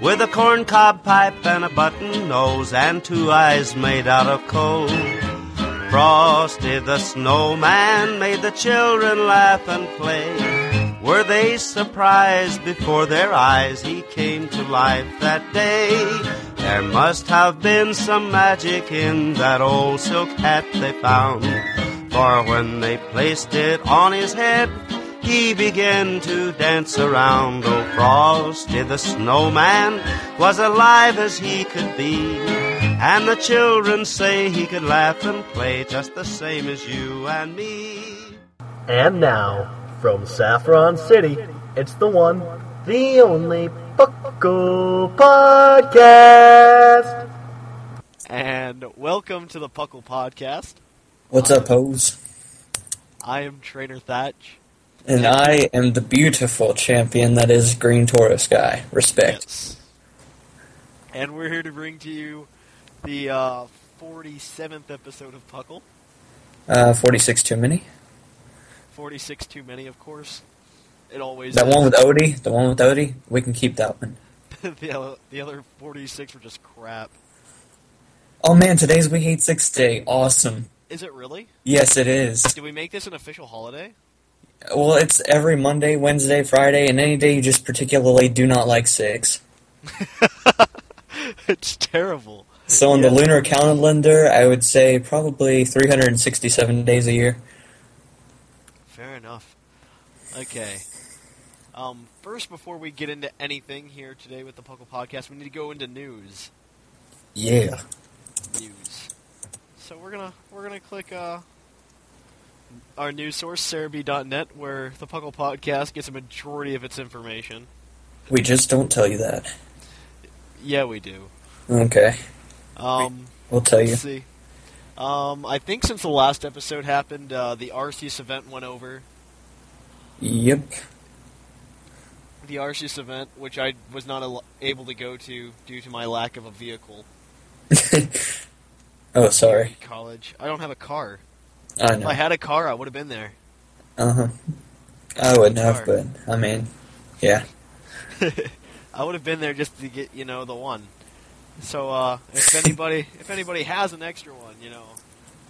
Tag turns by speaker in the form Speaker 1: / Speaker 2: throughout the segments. Speaker 1: with a corncob pipe and a button nose and two eyes made out of coal. Frosty the Snowman made the children laugh and play. Were they surprised before their eyes he came to life that day? There must have been some magic in that old silk hat they found. For when they placed it on his head, he began to dance around. Oh, Frosty the Snowman was alive as he could be. And the children say he could laugh and play just the same as you and me.
Speaker 2: And now, from Saffron City, it's the one, the only Buckle Podcast.
Speaker 3: And welcome to the Puckle Podcast.
Speaker 4: What's up, hoes?
Speaker 3: I am Trainer Thatch.
Speaker 4: And I am the beautiful champion that is Green Taurus guy. Respect.
Speaker 3: Yes. And we're here to bring to you the uh, 47th episode of Puckle.
Speaker 4: Uh, 46 too many.
Speaker 3: 46 too many, of course. It always
Speaker 4: That
Speaker 3: is.
Speaker 4: one with Odie, the one with Odie, we can keep that one.
Speaker 3: the, other, the other 46 were just crap.
Speaker 4: Oh man, today's Week 86 day. Awesome.
Speaker 3: Is it really?
Speaker 4: Yes, it is.
Speaker 3: Did we make this an official holiday?
Speaker 4: Well, it's every Monday, Wednesday, Friday, and any day you just particularly do not like six.
Speaker 3: it's terrible.
Speaker 4: So on the lunar calendar, I would say probably 367 days a year.
Speaker 3: Fair enough. Okay. Um, first, before we get into anything here today with the Puckle Podcast, we need to go into news.
Speaker 4: Yeah.
Speaker 3: news. So we're gonna we're gonna click uh, our news source Cerebi.net, where the Puckle Podcast gets a majority of its information.
Speaker 4: We just don't tell you that.
Speaker 3: Yeah, we do.
Speaker 4: Okay.
Speaker 3: Um,
Speaker 4: We'll tell you.
Speaker 3: let's see. Um, I think since the last episode happened, uh, the Arceus event went over.
Speaker 4: Yep.
Speaker 3: The Arceus event, which I was not al- able to go to due to my lack of a vehicle.
Speaker 4: Oh, sorry.
Speaker 3: College. I don't have a car.
Speaker 4: I
Speaker 3: If
Speaker 4: know.
Speaker 3: I had a car, I would have been there.
Speaker 4: Uh huh. I wouldn't have,
Speaker 3: Sorry.
Speaker 4: but I mean, yeah.
Speaker 3: I would have been there just to get you know the one. So uh, if anybody if anybody has an extra one, you know,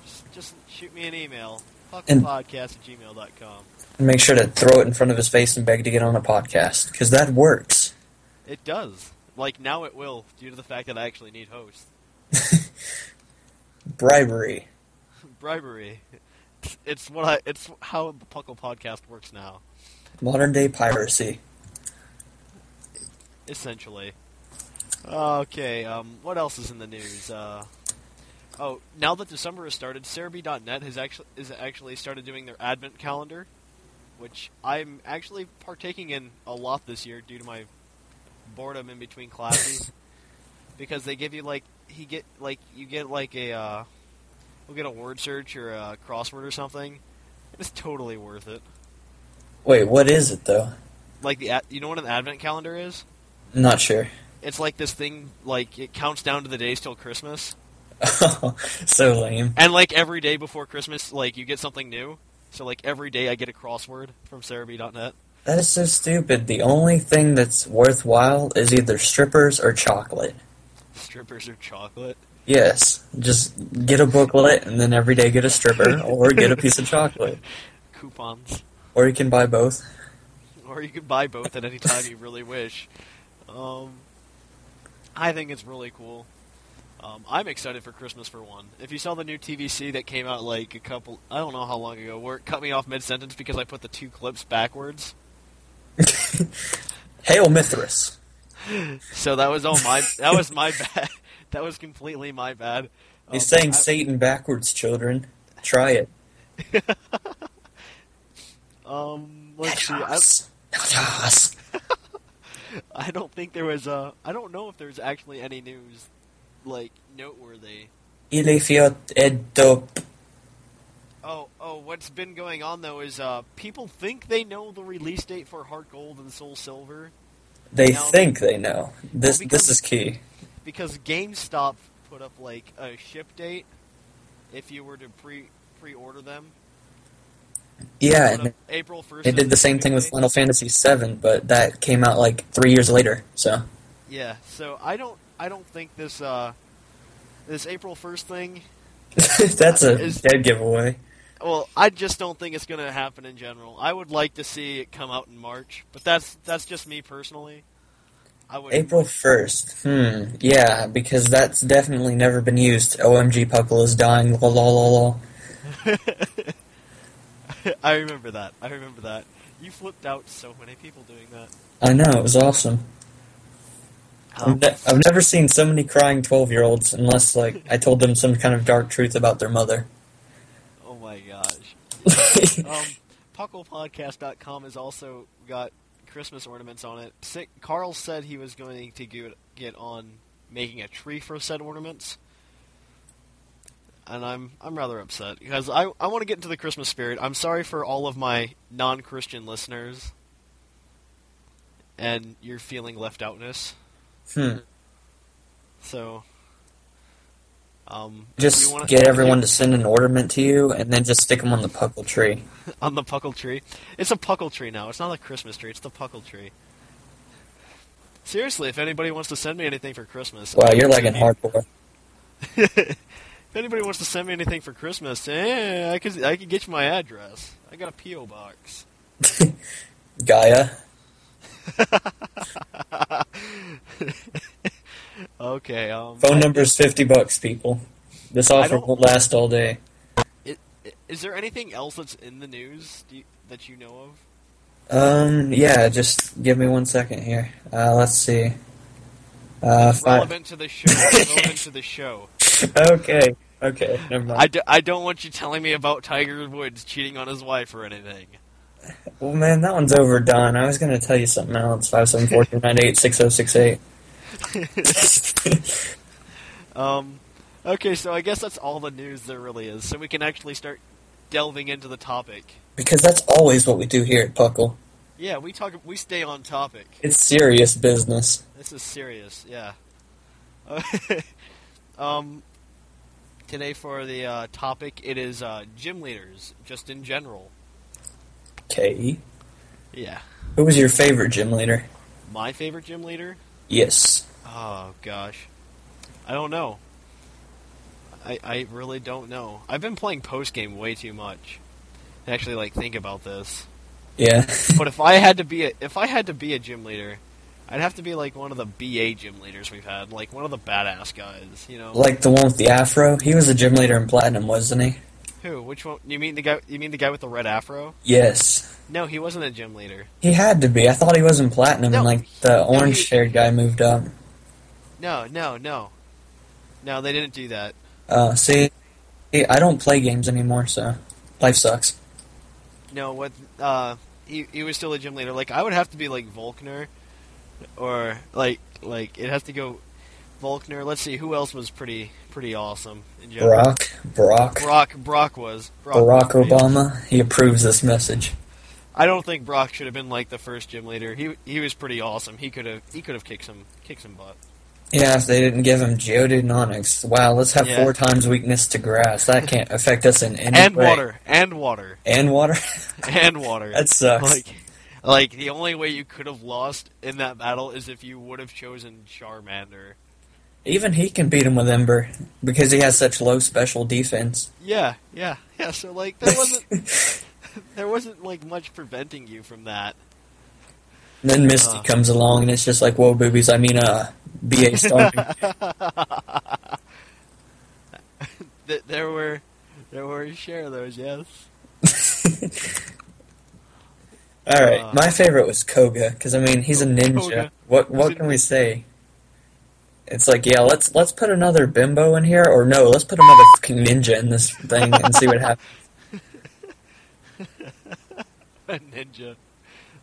Speaker 3: just, just shoot me an email.
Speaker 4: And-
Speaker 3: Podcast at gmail.com.
Speaker 4: And make sure to throw it in front of his face and beg to get on a podcast because that works.
Speaker 3: It does. Like now it will, due to the fact that I actually need hosts.
Speaker 4: Bribery.
Speaker 3: Bribery. It's- It's what I it's how the Puckle podcast works now,
Speaker 4: Modern day piracy.
Speaker 3: essentially. Okay, um, what else is in the news? Uh, oh, now that December has started, Cerebi.net has actually is actually started doing their advent calendar. which I'm actually partaking in a lot this year due to my boredom in between classes. because they give you like he get like you get like a uh, we'll get a word search or a crossword or something. It's totally worth it.
Speaker 4: Wait, what is it though?
Speaker 3: Like the ad- you know what an advent calendar is?
Speaker 4: Not sure.
Speaker 3: It's like this thing like it counts down to the days till Christmas,
Speaker 4: so lame.
Speaker 3: and like every day before Christmas, like you get something new. So like every day I get a crossword from Cerebi.net.
Speaker 4: That is so stupid. The only thing that's worthwhile is either strippers or chocolate.
Speaker 3: Strippers or chocolate.
Speaker 4: Yes, just get a booklet and then every day get a stripper or get a piece of chocolate.
Speaker 3: Coupons.
Speaker 4: Or you can buy both.
Speaker 3: or you can buy both at any time you really wish. Um, I think it's really cool. Um, I'm excited for Christmas for one. If you saw the new TVC that came out like a couple, I don't know how long ago, where it cut me off mid sentence because I put the two clips backwards.
Speaker 4: Hail Mithras.
Speaker 3: so that was all my that was my bad. That was completely my bad. Um,
Speaker 4: He's saying
Speaker 3: I-
Speaker 4: Satan backwards, children. Try it.
Speaker 3: Um, let's see. I,
Speaker 4: Yes.
Speaker 3: I don't think there was uh I don't know if there's actually any news like noteworthy.
Speaker 4: Il est fiat et dope.
Speaker 3: Oh, oh, what's been going on though is uh people think they know the release date for Heart Gold and Soul Silver
Speaker 4: They
Speaker 3: No.
Speaker 4: think they know. This
Speaker 3: Well, because-
Speaker 4: this is key.
Speaker 3: because GameStop put up like a ship date if you were to pre pre-order them.
Speaker 4: Yeah,
Speaker 3: Put
Speaker 4: and
Speaker 3: up April 1st.
Speaker 4: they
Speaker 3: as
Speaker 4: did the same
Speaker 3: ship
Speaker 4: thing with
Speaker 3: date.
Speaker 4: Final Fantasy VII, but that came out like three years later. So
Speaker 3: Yeah, so I don't I don't think this uh this April 1st thing
Speaker 4: that's a
Speaker 3: Is-
Speaker 4: dead giveaway.
Speaker 3: Well, I just don't think it's going to happen in general. I would like to see it come out in March, but that's that's just me personally. I would.
Speaker 4: April first. Hmm. Yeah, because that's definitely never been used. OMG, Puckle is dying. La la la la.
Speaker 3: I remember that. I remember that. You flipped out so many people doing that.
Speaker 4: I know it was awesome. I've,
Speaker 3: Um,
Speaker 4: ne- I've never seen so many crying twelve-year-olds unless like I told them some kind of dark truth about their mother.
Speaker 3: oh my gosh. Um, PucklePodcast.com has also got Christmas ornaments on it. Si- Carl said he was going to get get on making a tree for said ornaments. And I'm I'm rather upset because I, I want to get into the Christmas spirit. I'm sorry for all of my non Christian listeners and you're feeling left outness.
Speaker 4: hmm.
Speaker 3: So um
Speaker 4: Just
Speaker 3: you wanna-
Speaker 4: get everyone to send an ornament to you, and then just stick them on the Puckle tree.
Speaker 3: on the puckle tree. It's a puckle tree now. It's not a Christmas tree. It's the puckle tree. Seriously, if anybody wants to send me anything for Christmas,
Speaker 4: Wow, you're like an hardcore.
Speaker 3: if anybody wants to send me anything for Christmas, eh, I could I could get you my address. I got a PO box.
Speaker 4: Gaia.
Speaker 3: Okay. Um,
Speaker 4: Phone number's fifty bucks, people. This offer
Speaker 3: don't-
Speaker 4: will last all day.
Speaker 3: i- is there anything else that's in the news do you, that you know of?
Speaker 4: Um, yeah, just give me one second here. Uh, let's see. Uh, five.
Speaker 3: Relevant to the show. relevant to the show.
Speaker 4: Okay, okay, never mind.
Speaker 3: I, d- I don't want you telling me about Tiger Woods cheating on his wife or anything.
Speaker 4: well, man, that one's overdone. I was gonna tell you something else. Five seven four two nine eight six zero six eight.
Speaker 3: Um, okay, so I guess that's all the news there really is. So we can actually start delving into the topic.
Speaker 4: Because that's always what we do here at Puckle.
Speaker 3: Yeah, we talk. We stay on topic.
Speaker 4: It's serious business.
Speaker 3: This is serious. Yeah. um, today for the uh, topic, it is uh, gym leaders, just in general.
Speaker 4: Okay.
Speaker 3: Yeah.
Speaker 4: Who was your favorite gym leader?
Speaker 3: My favorite gym leader.
Speaker 4: Yes.
Speaker 3: Oh gosh, I don't know. I I really don't know. I've been playing post game way too much. I actually like think about this.
Speaker 4: Yeah.
Speaker 3: But if I had to be a, if I had to be a gym leader, I'd have to be like one of the BA gym leaders we've had, like one of the badass guys. You know,
Speaker 4: like the one with the afro. He was a gym leader in Platinum, wasn't he?
Speaker 3: who? Which one? You mean the guy? You mean the guy with the red afro?
Speaker 4: Yes.
Speaker 3: No, he wasn't a gym leader.
Speaker 4: He had to be. I thought he was in Platinum,
Speaker 3: No,
Speaker 4: and like the
Speaker 3: he-
Speaker 4: orange haired guy moved up.
Speaker 3: No, no, no, no. They didn't do that.
Speaker 4: Uh, see, see, I don't play games anymore, so life sucks.
Speaker 3: No, what? Uh, he he was still a gym leader. Like I would have to be like Volkner, or like like it has to go Volkner. Let's see who else was pretty pretty awesome in general.
Speaker 4: Barack, Barack,
Speaker 3: Brock Brock was Brock
Speaker 4: Barack
Speaker 3: was pretty
Speaker 4: Obama. He approves this message.
Speaker 3: I don't think Brock should have been like the first gym leader. He he was pretty awesome. He could have he could have kicked some kicked some butt.
Speaker 4: Yeah, if they didn't give him geodynamics, wow, let's have
Speaker 3: Yeah.
Speaker 4: four times weakness to grass. That can't affect us in any
Speaker 3: And
Speaker 4: way.
Speaker 3: water, and water,
Speaker 4: And water.
Speaker 3: and water.
Speaker 4: That sucks.
Speaker 3: Like like the only way you could have lost in that battle is if you would have chosen Charmander.
Speaker 4: Even he can beat him with Ember because he has such low special defense.
Speaker 3: Yeah, yeah, yeah. So like there wasn't there wasn't like much preventing you from that.
Speaker 4: And then Misty
Speaker 3: Uh.
Speaker 4: comes along, and it's just like, whoa, boobies. I mean, uh, BA starting.
Speaker 3: Uh. Th- there were there were a share of those, yes.
Speaker 4: All right,
Speaker 3: Uh,
Speaker 4: my favorite was Koga because I mean he's a ninja.
Speaker 3: Koga.
Speaker 4: What
Speaker 3: He's
Speaker 4: what
Speaker 3: a
Speaker 4: can we say? It's like yeah, let's let's put another bimbo in here, or no, let's put another fucking ninja in this thing and see what happens.
Speaker 3: Ninja.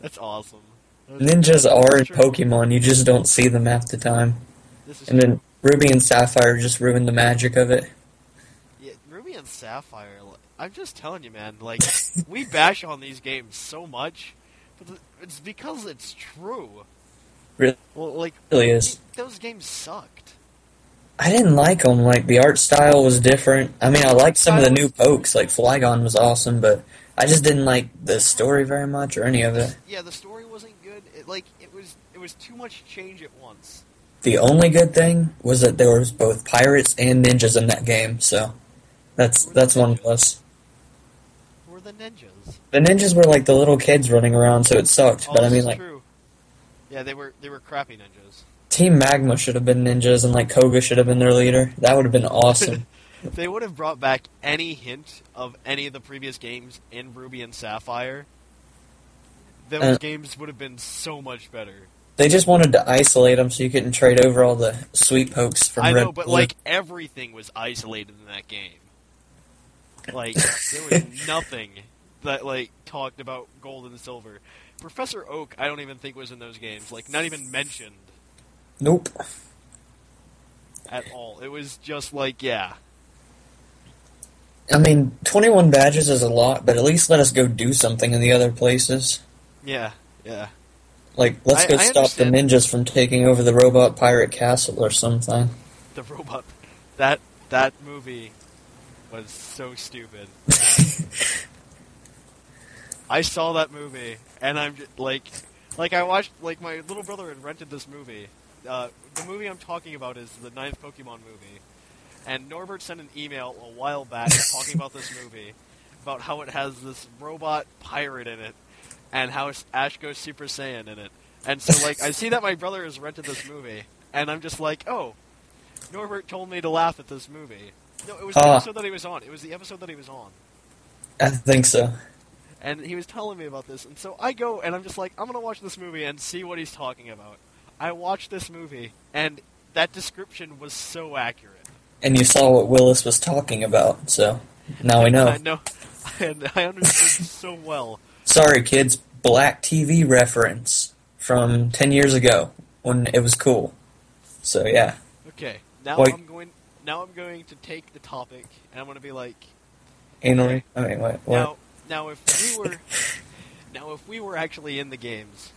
Speaker 3: That's awesome. That's-
Speaker 4: Ninjas are in
Speaker 3: Sure.
Speaker 4: Pokemon, you just don't see them half the time.
Speaker 3: This is
Speaker 4: And
Speaker 3: true.
Speaker 4: then Ruby and Sapphire just ruined the magic of it.
Speaker 3: Yeah, Ruby and Sapphire. Like, I'm just telling you, man. Like we bash on these games so much, but th- it's because it's true.
Speaker 4: Really
Speaker 3: Well, like
Speaker 4: is.
Speaker 3: those games sucked.
Speaker 4: I didn't like them. Like the art style was different. I mean, I liked some of the new pokes. Like Flygon was awesome, but I just didn't like the story very much or any of it.
Speaker 3: Yeah, the story wasn't good. It, like it was, it was too much change at once.
Speaker 4: The only good thing was that there was both pirates and ninjas in that game, so that's that's one plus.
Speaker 3: Who are the ninjas?
Speaker 4: The ninjas were like the little kids running around, so it sucked.
Speaker 3: Oh,
Speaker 4: but I
Speaker 3: this
Speaker 4: mean,
Speaker 3: is
Speaker 4: like
Speaker 3: true. Yeah, they were they were crappy ninjas.
Speaker 4: Team Magma should have been ninjas, and like Koga should have been their leader. That would have been awesome.
Speaker 3: They would have brought back any hint of any of the previous games in Ruby and Sapphire. Those
Speaker 4: Uh,
Speaker 3: games would have been so much better.
Speaker 4: they just wanted to isolate them so you couldn't trade over all the sweet pokes from
Speaker 3: I
Speaker 4: Red.
Speaker 3: know, but
Speaker 4: Blue.
Speaker 3: like everything was isolated in that game. Like there was nothing that like talked about gold and silver. Professor Oak, I don't even think was in those games. Like not even mentioned
Speaker 4: nope.
Speaker 3: at all. It was just like yeah,
Speaker 4: I mean, 21 badges is a lot, but at least let us go do something in the other places.
Speaker 3: yeah, yeah.
Speaker 4: Like, let's
Speaker 3: I-
Speaker 4: go
Speaker 3: I
Speaker 4: stop the
Speaker 3: understand.
Speaker 4: ninjas from taking over the robot pirate castle or something.
Speaker 3: The robot that that movie was so stupid. I saw that movie, and I'm just, like, like I watched, like my little brother had rented this movie. Uh, the movie I'm talking about is the ninth Pokemon movie, and Norbert sent an email a while back talking about this movie, about how it has this robot pirate in it, and how s- Ash goes Super Saiyan in it. And so, like, I see that my brother has rented this movie, and I'm just like, oh, Norbert told me to laugh at this movie. No, it was the
Speaker 4: Ah.
Speaker 3: episode that he was on. It was the episode that he was on
Speaker 4: I think so.
Speaker 3: and he was telling me about this, and so I go and I'm just like, I'm gonna watch this movie and see what he's talking about. I watched this movie, and that description was so accurate.
Speaker 4: And you saw what Willis was talking about, so now we know.
Speaker 3: I know, and I understood so well.
Speaker 4: Sorry, kids, black TV reference from 10 years ago when it was cool. So, yeah.
Speaker 3: Okay, now
Speaker 4: Like-
Speaker 3: I'm going. Now I'm going to take the topic, and I'm gonna be like,
Speaker 4: Anally, I mean, what? what?
Speaker 3: now, now if we were, now if we were actually in the games,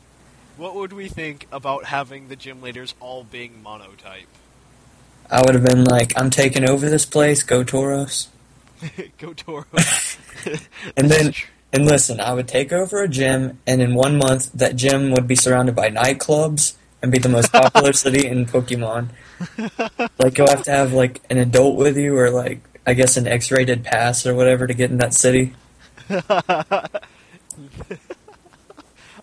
Speaker 3: what would we think about having the gym leaders all being monotype?
Speaker 4: I would have been like, I'm taking over this place, go Toros.
Speaker 3: Go Toro.
Speaker 4: And
Speaker 3: This is
Speaker 4: then-
Speaker 3: tr-
Speaker 4: And listen, I would take over a gym, and in one month, that gym would be surrounded by nightclubs and be the most popular city in Pokemon. Like, you'll have to have, like, an adult with you, or, like, I guess an X rated pass or whatever to get in that city.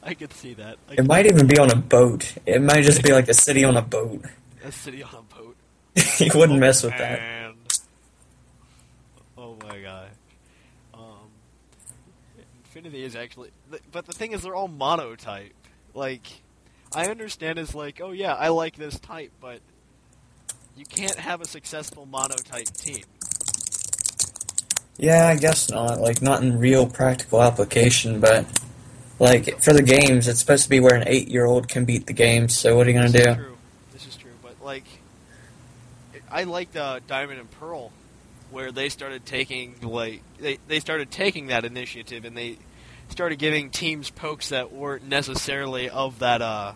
Speaker 3: I could see that. I
Speaker 4: It might even be on a boat. It might just be, like, a city on a boat.
Speaker 3: A city on a boat.
Speaker 4: you wouldn't mess with that.
Speaker 3: And oh my god, um, Infinity is actually. th- But the thing is, they're all monotype. Like, I understand is like, oh yeah, I like this type, but you can't have a successful monotype team.
Speaker 4: Yeah, I guess not. Like, not in real practical application, but, like, for the games, it's supposed to be where an eight year old can beat the game, so what are you going
Speaker 3: This
Speaker 4: to
Speaker 3: is
Speaker 4: do?
Speaker 3: true. This is true. But like, it- I liked uh, Diamond and Pearl, where they started taking like they they started taking that initiative and they started giving teams pokes that weren't necessarily of that uh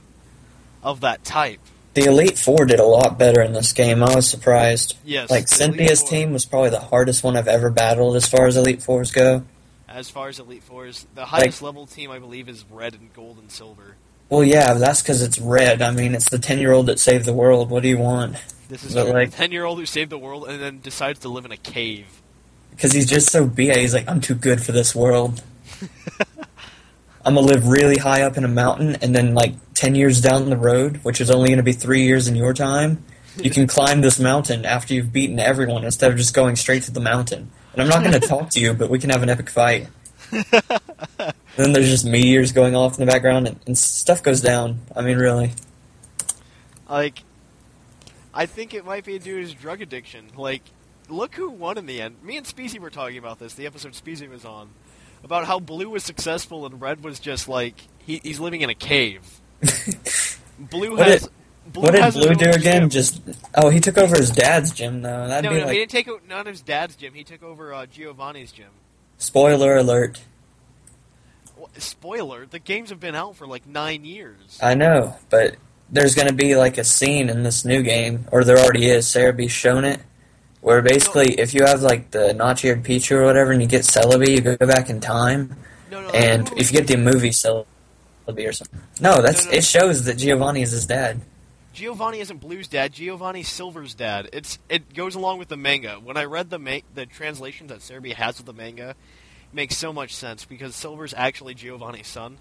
Speaker 3: of that type.
Speaker 4: The Elite Four did a lot better in this game. I was surprised.
Speaker 3: Yes,
Speaker 4: Like,
Speaker 3: the Elite
Speaker 4: Cynthia's
Speaker 3: Four.
Speaker 4: team was probably the hardest one I've ever battled as far as Elite Fours go.
Speaker 3: As far as Elite Fours, the highest level team I believe is red and gold and silver.
Speaker 4: Well, yeah, that's because it's red. I mean, it's the 10 year old that saved the world. What do you want?
Speaker 3: This is
Speaker 4: But,
Speaker 3: a
Speaker 4: like-
Speaker 3: ten year old who saved the world and then decides to live in a cave.
Speaker 4: Because he's just so BA. He's like, I'm too good for this world. I'm going to live really high up in a mountain, and then, like, 10 years down the road, which is only going to be three years in your time, you can climb this mountain after you've beaten everyone instead of just going straight to the mountain. And I'm not going to talk to you, but we can have an epic fight. then there's just meteors going off in the background, and, and stuff goes down. I mean, really.
Speaker 3: Like, I think it might be due to his drug addiction. Like, look who won in the end. Me and Speezy were talking about this, the episode Speezy was on, about how Blue was successful and Red was just like, he, he's living in a cave. Blue
Speaker 4: What
Speaker 3: has.
Speaker 4: did-
Speaker 3: Blue
Speaker 4: what did
Speaker 3: has his
Speaker 4: Blue
Speaker 3: own
Speaker 4: do again?
Speaker 3: gym.
Speaker 4: Just oh, he took over his dad's gym though. That'd
Speaker 3: no,
Speaker 4: be
Speaker 3: no, he
Speaker 4: like
Speaker 3: didn't take o- not his dad's gym. He took over uh, Giovanni's gym.
Speaker 4: spoiler alert.
Speaker 3: Wha- Spoiler: the games have been out for like nine years.
Speaker 4: I know, but there's going to be like a scene in this new game, or there already is. Sarah B's shown it, where basically if you have like the notch-eared Pichu or whatever, and you get Celebi, you go back in time,
Speaker 3: no, no,
Speaker 4: and
Speaker 3: who-
Speaker 4: if you get the movie Celebi or something, no, that's
Speaker 3: No, no.
Speaker 4: it shows that Giovanni is his dad.
Speaker 3: Giovanni isn't Blue's dad. Giovanni's Silver's dad. It's it goes along with the manga. When I read the ma- the translation that Serbi has of the manga, it makes so much sense because Silver's actually Giovanni's son.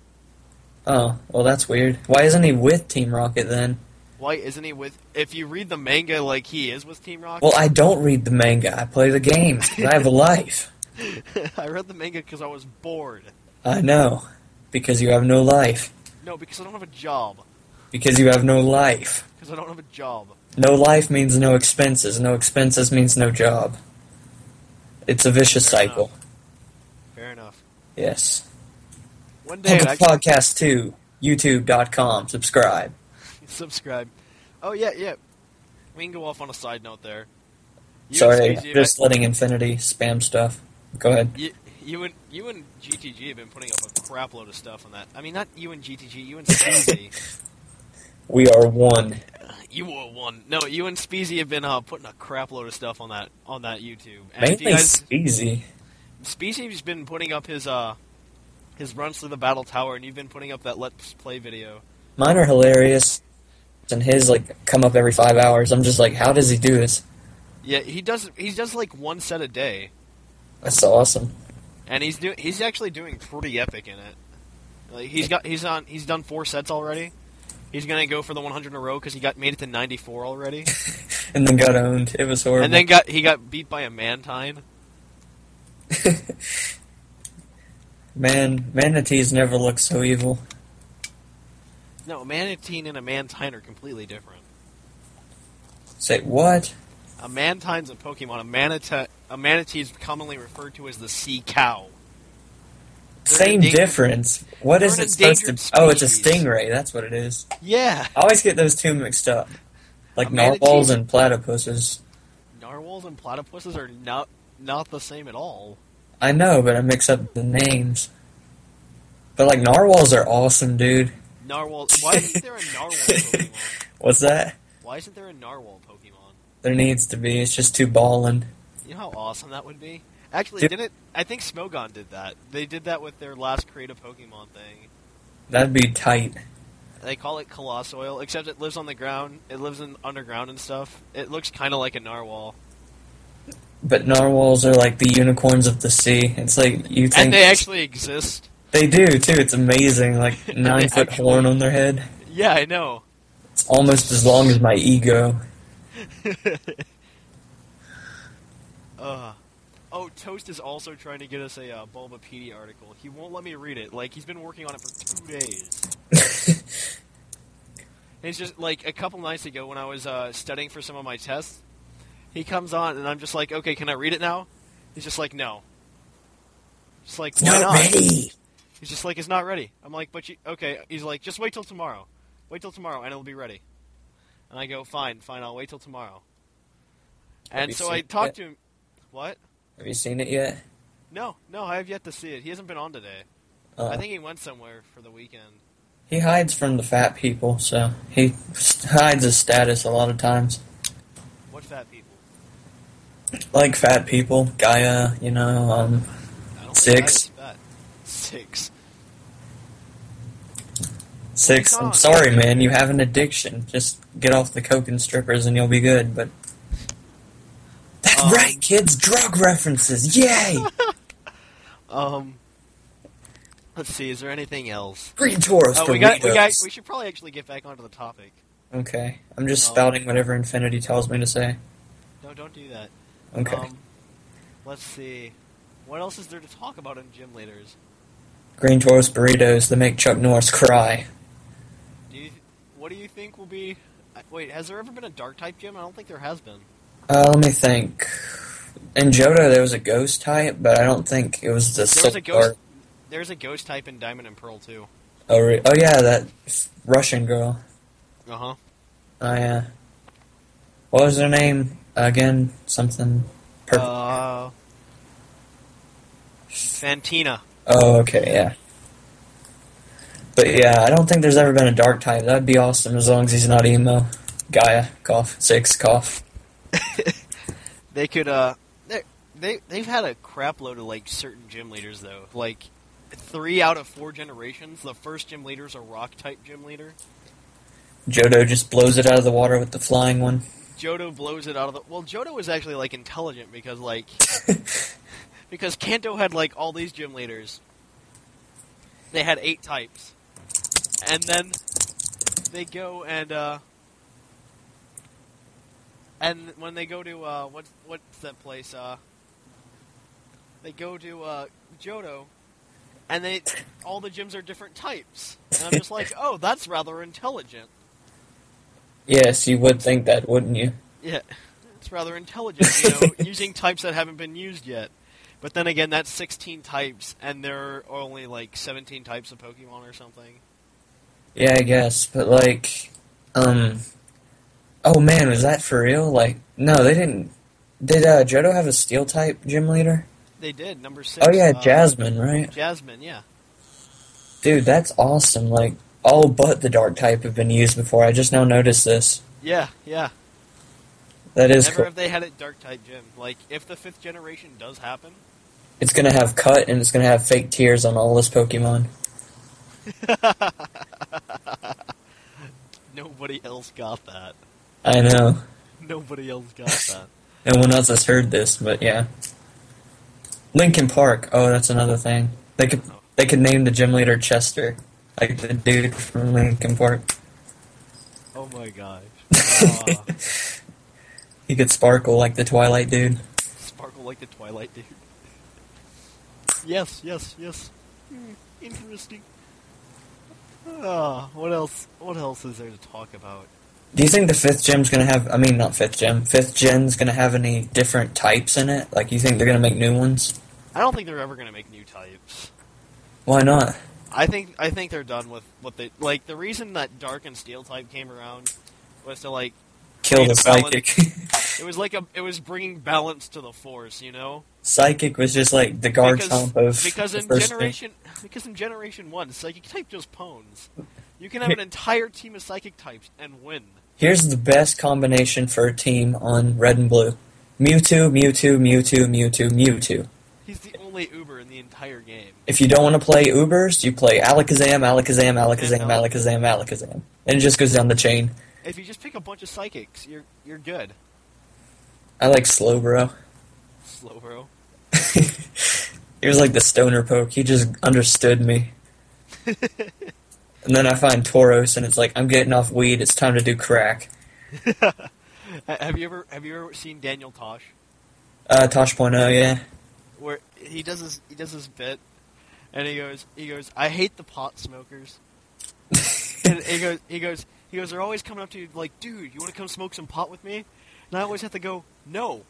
Speaker 4: Oh, well, that's weird. Why isn't he with Team Rocket then?
Speaker 3: Why isn't he with? If you read the manga like he is with Team Rocket,
Speaker 4: Well, I don't read the manga. I play the games. 'cause I have a life.
Speaker 3: I read the manga because I was bored.
Speaker 4: I know, because you have no life.
Speaker 3: No, because I don't have a job.
Speaker 4: Because you have no life.
Speaker 3: Because I don't have a job.
Speaker 4: No life means no expenses. No expenses means no job. It's a vicious
Speaker 3: Fair
Speaker 4: cycle.
Speaker 3: Fair enough.
Speaker 4: Yes.
Speaker 3: One day,
Speaker 4: Pick
Speaker 3: it
Speaker 4: a
Speaker 3: actually,
Speaker 4: podcast too. YouTube.com. Subscribe.
Speaker 3: subscribe. Oh yeah, yeah. We can go off on a side note there. You
Speaker 4: Sorry,
Speaker 3: and Speezy-
Speaker 4: just letting Infinity spam stuff. Go ahead.
Speaker 3: You, you and you and GTG have been putting up a crap load of stuff on that. I mean, not you and GTG, you and Speezy.
Speaker 4: We are one.
Speaker 3: you were one. No, you and Speezy have been uh, putting a crap load of stuff on that on that YouTube. And if you
Speaker 4: Mainly
Speaker 3: guys,
Speaker 4: Speezy.
Speaker 3: Speezy's been putting up his uh his runs through the battle tower, and you've been putting up that let's play video.
Speaker 4: Mine are hilarious. And his like come up every five hours. I'm just like, how does he do this?
Speaker 3: Yeah, he does. He does like one set a day,
Speaker 4: That's awesome.
Speaker 3: and he's do, he's actually doing pretty epic in it. Like he's got he's on he's done four sets already. He's gonna go for the 100 in a row because he got made it to 94 already.
Speaker 4: And then got owned. It was horrible.
Speaker 3: and then got he got beat by a mantine.
Speaker 4: Man, manatees never look so evil.
Speaker 3: No, a manatine and a mantine are completely different.
Speaker 4: Say what?
Speaker 3: A mantine's a Pokemon. A manatee a manatee is commonly referred to as the sea cow. They're
Speaker 4: Same
Speaker 3: endangered-
Speaker 4: difference. What is
Speaker 3: They're
Speaker 4: it
Speaker 3: an
Speaker 4: supposed to?
Speaker 3: endangered
Speaker 4: Oh, it's a
Speaker 3: species.
Speaker 4: stingray. That's what it is.
Speaker 3: Yeah,
Speaker 4: I always get those two mixed up, like
Speaker 3: A manatee-
Speaker 4: narwhals and platypuses.
Speaker 3: narwhals and platypuses are not not the same at all.
Speaker 4: I know, but I mix up the names. But like narwhals are awesome, dude.
Speaker 3: Narwhal. Why isn't there a narwhal Pokemon?
Speaker 4: What's that?
Speaker 3: Why isn't there a narwhal Pokemon?
Speaker 4: There needs to be. It's just too ballin'.
Speaker 3: You know how awesome that would be. Actually,
Speaker 4: Dude.
Speaker 3: didn't I think Smogon did that? They did that with their last creative Pokemon thing.
Speaker 4: That'd be tight.
Speaker 3: They call it colossoil, except it lives on the ground. It lives in underground and stuff. It looks kind of like a narwhal,
Speaker 4: But narwhals are like the unicorns of the sea. It's like you think
Speaker 3: and they actually exist.
Speaker 4: They do too. It's amazing. Like
Speaker 3: they
Speaker 4: nine foot
Speaker 3: actually-
Speaker 4: horn on their head.
Speaker 3: Yeah, I know.
Speaker 4: It's almost as long as my ego.
Speaker 3: Uh, oh, Toast is also trying to get us a uh, Bulbapedia article. He won't let me read it. Like he's been working on it for two days. And It's just like a couple nights ago when I was uh, studying for some of my tests. He comes on and I'm just like, okay, can I read it now? He's just like, no. Just like, why not?
Speaker 4: ready.
Speaker 3: He's just like, it's not ready. I'm like, but you, okay. He's like, just wait till tomorrow. Wait till tomorrow, and it'll be ready. And I go, fine, fine, I'll wait till tomorrow. And
Speaker 4: you
Speaker 3: so
Speaker 4: seen
Speaker 3: I
Speaker 4: it
Speaker 3: talked
Speaker 4: yet?
Speaker 3: to him. What?
Speaker 4: Have you seen it yet?
Speaker 3: No, no, I have yet to see it. He hasn't been on today.
Speaker 4: Uh,
Speaker 3: I think he went somewhere for the weekend.
Speaker 4: he hides from the fat people, so he s- hides his status a lot of times.
Speaker 3: What fat people?
Speaker 4: Like fat people, Gaia, you know. Um,
Speaker 3: I don't
Speaker 4: Six.
Speaker 3: Think I was fat. Six.
Speaker 4: six.
Speaker 3: on.
Speaker 4: I'm sorry, man. You have an addiction. Just get off the coke and strippers, and you'll be good. But that's
Speaker 3: Um,
Speaker 4: right, kids. Drug references. Yay.
Speaker 3: Um. Let's see. Is there anything else?
Speaker 4: Green Taurus
Speaker 3: Oh,
Speaker 4: for
Speaker 3: we got. We got.
Speaker 4: weirdos.
Speaker 3: We should probably actually get back onto the topic.
Speaker 4: Okay. I'm just
Speaker 3: Um,
Speaker 4: spouting whatever Infinity tells me to say.
Speaker 3: No, don't do that.
Speaker 4: Okay.
Speaker 3: Um, let's see. What else is there to talk about in gym leaders?
Speaker 4: Green Taurus burritos that make Chuck Norris cry.
Speaker 3: Do you, what do you think will be? I- Wait, has there ever been a dark type gym? I don't think there has been.
Speaker 4: Uh, let me think. In Johto, there was a ghost type, but I don't think it was the
Speaker 3: There was
Speaker 4: Silk
Speaker 3: a
Speaker 4: Dark-
Speaker 3: ghost. There's a ghost type in Diamond and Pearl too.
Speaker 4: Oh, re- oh yeah, that f- Russian girl.
Speaker 3: Uh huh.
Speaker 4: Oh yeah. What was her name again? Something. Purple.
Speaker 3: Uh, Fantina.
Speaker 4: oh okay, yeah. But yeah, I don't think there's ever been a dark type. That'd be awesome as long as he's not emo. Gaia cough six cough.
Speaker 3: They could. Uh, they they they've had a crap load of like certain gym leaders though. Like three out of four generations, the first gym leader's a rock type gym leader.
Speaker 4: Jodo just blows it out of the water with the flying one.
Speaker 3: Jodo blows it out of the. Well, Jodo was actually like intelligent because like because Kanto had like all these gym leaders. They had eight types, and then they go and uh, and when they go to uh, what what's that place? Uh, they go to uh, Jodo, and they all the gyms are different types. And I'm just like, oh, that's rather intelligent.
Speaker 4: Yes, you would think that, wouldn't you?
Speaker 3: Yeah, it's rather intelligent, you know, using types that haven't been used yet. But then again, that's 16 types, and there are only like 17 types of Pokemon or something.
Speaker 4: Yeah, I guess, but like, um, oh man, was that for real? Like, no, they didn't. Did uh, Jodo have a steel type gym leader?
Speaker 3: They did number six.
Speaker 4: Oh yeah,
Speaker 3: uh,
Speaker 4: Jasmine, right?
Speaker 3: Jasmine, yeah.
Speaker 4: Dude, that's awesome. Like, all but the dark type have been used before. I just now noticed this.
Speaker 3: Yeah, yeah.
Speaker 4: That is
Speaker 3: Never
Speaker 4: cool.
Speaker 3: have they had a dark type gym. Like, if the fifth generation does happen,
Speaker 4: It's gonna have cut and it's gonna have fake tears on all this Pokemon.
Speaker 3: nobody else got that.
Speaker 4: I know.
Speaker 3: Nobody else got that.
Speaker 4: No one else has heard this, but yeah. Lincoln Park. Oh, that's another thing. They could they could name the gym leader Chester, like the dude from Lincoln Park.
Speaker 3: Oh my gosh. Uh,
Speaker 4: He could sparkle like the Twilight dude.
Speaker 3: sparkle like the Twilight dude. Yes, yes, yes. Hmm, interesting. Ah, what else? What else is there to talk about?
Speaker 4: Do you think the fifth gem's gonna have? I mean, not fifth gem. Fifth gen's gonna have any different types in it? Like, you think they're gonna make new ones?
Speaker 3: I don't think they're ever going to make new types.
Speaker 4: Why not?
Speaker 3: I think I think they're done with what they like. The reason that Dark and Steel type came around was to like
Speaker 4: Kill the
Speaker 3: It's valid.
Speaker 4: psychic.
Speaker 3: it was like a it was bringing balance to the force, you know.
Speaker 4: psychic was just like the Garchomp of
Speaker 3: because
Speaker 4: the
Speaker 3: in
Speaker 4: first
Speaker 3: generation because in generation one, psychic type just pones. You can have an entire team of psychic types and win.
Speaker 4: Thing. Here's the best combination for a team on Red and Blue: Mewtwo, Mewtwo, Mewtwo, Mewtwo, Mewtwo.
Speaker 3: He's the only Uber in the entire game.
Speaker 4: If you don't want to play Ubers, you play Alakazam, Alakazam, Alakazam,
Speaker 3: And Alakazam.
Speaker 4: Alakazam, Alakazam, and it just goes down the chain.
Speaker 3: If you just pick a bunch of psychics, you're you're good.
Speaker 4: I like Slowbro.
Speaker 3: Slowbro.
Speaker 4: He was like the stoner poke. He just understood me. and then I find Tauros, and it's like I'm getting off weed. It's time to do crack.
Speaker 3: Ha- Have you ever have you ever seen Daniel Tosh?
Speaker 4: Uh, Tosh Point oh yeah.
Speaker 3: Where he does his he does his bit, and he goes he goes I hate the pot smokers. and he goes he goes he goes they're always coming up to you like dude you want to come smoke some pot with me? And I always have to go no,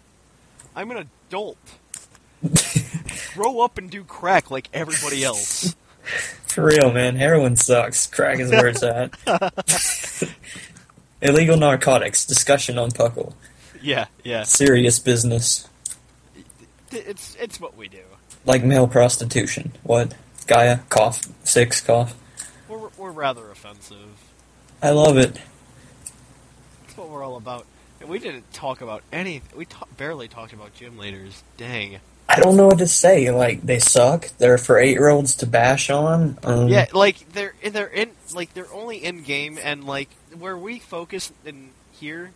Speaker 3: I'm an adult. Grow up and do crack like everybody else.
Speaker 4: For real, man. Heroin sucks. Crack is where it's at. Illegal narcotics. Discussion on Puckle.
Speaker 3: Yeah, yeah.
Speaker 4: Serious business.
Speaker 3: It's it's what we do.
Speaker 4: Like male prostitution. What? Gaia. Cough. Six. Cough.
Speaker 3: We're we're rather offensive.
Speaker 4: I love it.
Speaker 3: That's what we're all about. And we didn't talk about anything. We ta- barely talked about gym leaders. Dang.
Speaker 4: I don't know what to say. Like they suck. They're for eight-year-olds to bash on. Um,
Speaker 3: Yeah, like they're they're in like they're only in game and like where we focus in here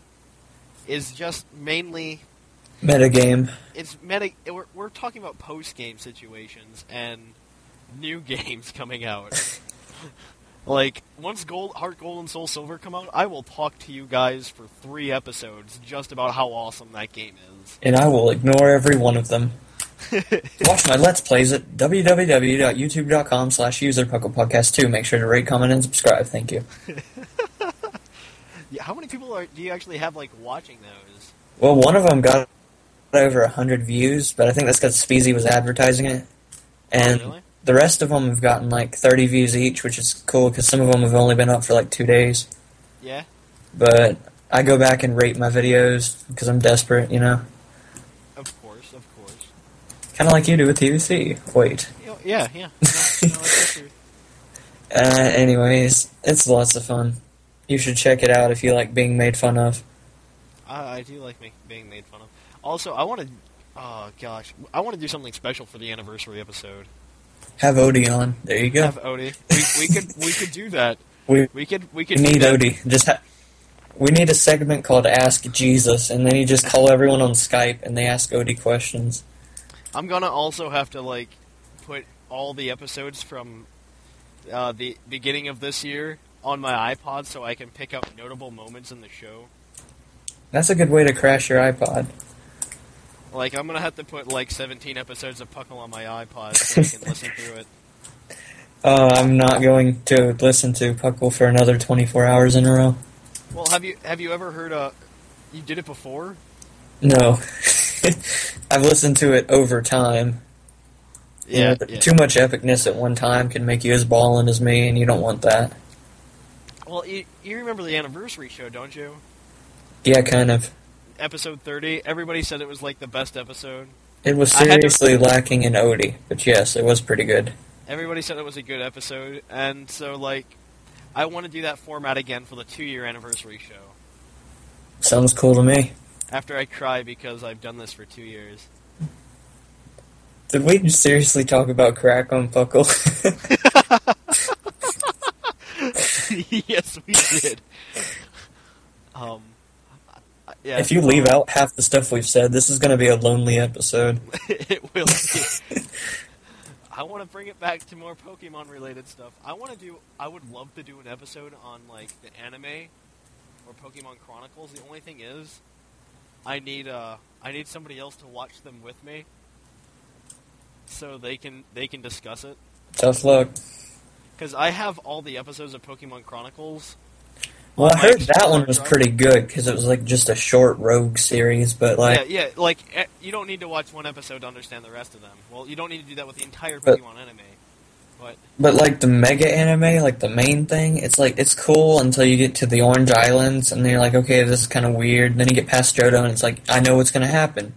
Speaker 3: is just mainly
Speaker 4: Metagame.
Speaker 3: it's meta. We're, we're talking about post game situations and new games coming out. like once Gold Heart Gold and Soul Silver come out, I will talk to you guys for three episodes just about how awesome that game is.
Speaker 4: and I will ignore every one of them. Watch my Let's Plays at www.youtube.com slash user podcast 2. Make sure to rate, comment, and subscribe. Thank you.
Speaker 3: Yeah, how many people are do you actually have like watching those?
Speaker 4: Well, one of them got over 100 views, but I think that's because Speezy was advertising it. And
Speaker 3: Oh, really?
Speaker 4: the rest of them have gotten like 30 views each, which is cool because some of them have only been up for like two days.
Speaker 3: Yeah.
Speaker 4: But I go back and rate my videos because I'm desperate, you know?
Speaker 3: Of course, of course.
Speaker 4: Kind of like you do with TVC. Wait.
Speaker 3: You know, yeah, yeah. No, no, that's the truth.
Speaker 4: Uh, anyways, it's lots of fun. You should check it out if you like being made fun of.
Speaker 3: I, I do like make, being made fun of. Also, I want to. Oh gosh, I want to do something special for the anniversary episode.
Speaker 4: Have Odie on. There you go.
Speaker 3: Have Odie. We, we could we could do that.
Speaker 4: We,
Speaker 3: We could we
Speaker 4: we
Speaker 3: could do
Speaker 4: need
Speaker 3: that.
Speaker 4: Odie. Just ha- we need a segment called Ask Jesus, and then you just call everyone on Skype and they ask Odie questions.
Speaker 3: I'm gonna also have to like put all the episodes from uh, the beginning of this year on my iPod so I can pick up notable moments in the show.
Speaker 4: That's a good way to crash your iPod.
Speaker 3: Like I'm gonna have to put like 17 episodes of Puckle on my iPod so I can listen through it.
Speaker 4: Uh, I'm not going to listen to Puckle for another 24 hours in a row.
Speaker 3: Well, have you have you ever heard uh you did it before?
Speaker 4: No. I've listened to it over time. You know, th- Too much epicness at one time can make you as ballin' as me, and you don't want that.
Speaker 3: Well, you, you remember the anniversary show, don't you?
Speaker 4: Yeah, kind of.
Speaker 3: Episode 30. Everybody said it was like the best episode.
Speaker 4: It was
Speaker 3: I had to-
Speaker 4: seriously lacking in Odie, but yes, it was pretty good.
Speaker 3: Everybody said it was a good episode, and so like I want to do that format again for the two year anniversary show.
Speaker 4: Sounds cool to me.
Speaker 3: After I cry because I've done this for two years.
Speaker 4: Did we seriously talk about crack on Puckle?
Speaker 3: yes, we did. Um, I- yeah.
Speaker 4: if you leave out half the stuff we've said, this is going to be a lonely episode.
Speaker 3: it will. Be. I want to bring it back to more Pokemon related stuff. I want to do. I would love to do an episode on like the anime or Pokemon Chronicles. The only thing is, I need uh, I need somebody else to watch them with me, so they can they can discuss it.
Speaker 4: Tough luck.
Speaker 3: Because I have all the episodes of Pokemon Chronicles.
Speaker 4: Well, I
Speaker 3: my
Speaker 4: heard that one
Speaker 3: hard
Speaker 4: was
Speaker 3: drive.
Speaker 4: pretty good because it was like just a short rogue series, but like
Speaker 3: yeah, yeah. Like eh, you don't need to watch one episode to understand the rest of them. Well, you don't need to do that with the entire
Speaker 4: But-
Speaker 3: Pokemon anime. But
Speaker 4: But like the mega anime, like the main thing, it's like it's cool until you get to the Orange Islands, and then you're like, okay, this is kind of weird. And then you get past Johto, and it's like, I know what's gonna happen.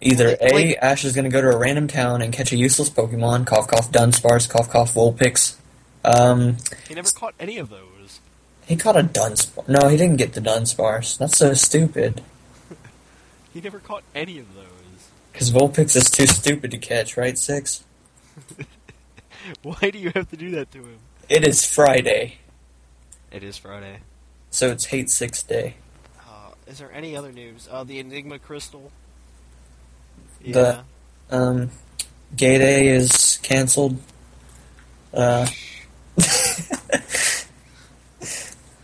Speaker 4: Either a
Speaker 3: Like-
Speaker 4: Ash is gonna go to a random town and catch a useless Pokemon, cough cough Dunsparce, cough cough Vulpix. Um,
Speaker 3: he never caught any of those.
Speaker 4: he caught a Dunsparce. No, he didn't get the Dunsparce. That's so stupid.
Speaker 3: He never caught any of those.
Speaker 4: Because Vulpix is too stupid to catch, right? Six.
Speaker 3: Why do you have to do that to him?
Speaker 4: It is Friday,
Speaker 3: It is Friday.
Speaker 4: so it's Hate Six Day.
Speaker 3: Uh, is there any other news? Uh, the Enigma Crystal. Yeah.
Speaker 4: The- Um, Gay Day is canceled. Uh,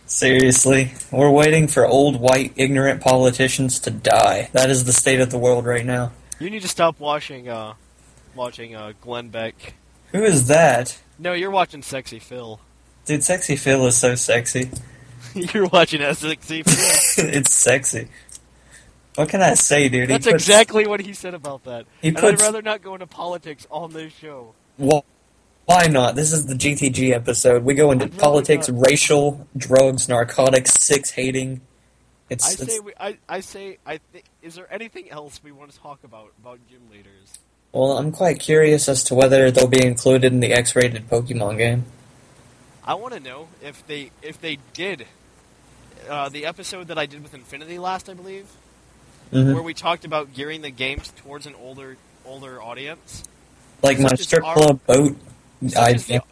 Speaker 4: seriously, we're waiting for old white ignorant politicians to die. That is the state of the world right now.
Speaker 3: You need to stop watching. Uh, watching uh, Glenn Beck.
Speaker 4: Who is that?
Speaker 3: No, you're watching Sexy Phil.
Speaker 4: Dude, Sexy Phil is so sexy.
Speaker 3: you're watching Sexy Phil.
Speaker 4: it's sexy. What can I say, dude? He
Speaker 3: That's
Speaker 4: puts-
Speaker 3: exactly what he said about that.
Speaker 4: He
Speaker 3: and I'd
Speaker 4: puts-
Speaker 3: rather not go into politics on this show.
Speaker 4: Wh- Why not? This is the GTG episode. We go into
Speaker 3: I'd rather
Speaker 4: politics,
Speaker 3: not.
Speaker 4: racial, drugs, narcotics, sex hating. It's,
Speaker 3: I
Speaker 4: it's
Speaker 3: say, we, I, I say, I think. Is there anything else we want to talk about about gym leaders?
Speaker 4: Well, I'm quite curious as to whether they'll be included in the X-rated Pokemon game.
Speaker 3: I want to know if they if they did uh, the episode that I did with Infinity last, I believe,
Speaker 4: Mhm.
Speaker 3: where we talked about gearing the games towards an older older audience.
Speaker 4: Like my
Speaker 3: Such as
Speaker 4: strip
Speaker 3: our-
Speaker 4: club boat
Speaker 3: Such as the-
Speaker 4: idea.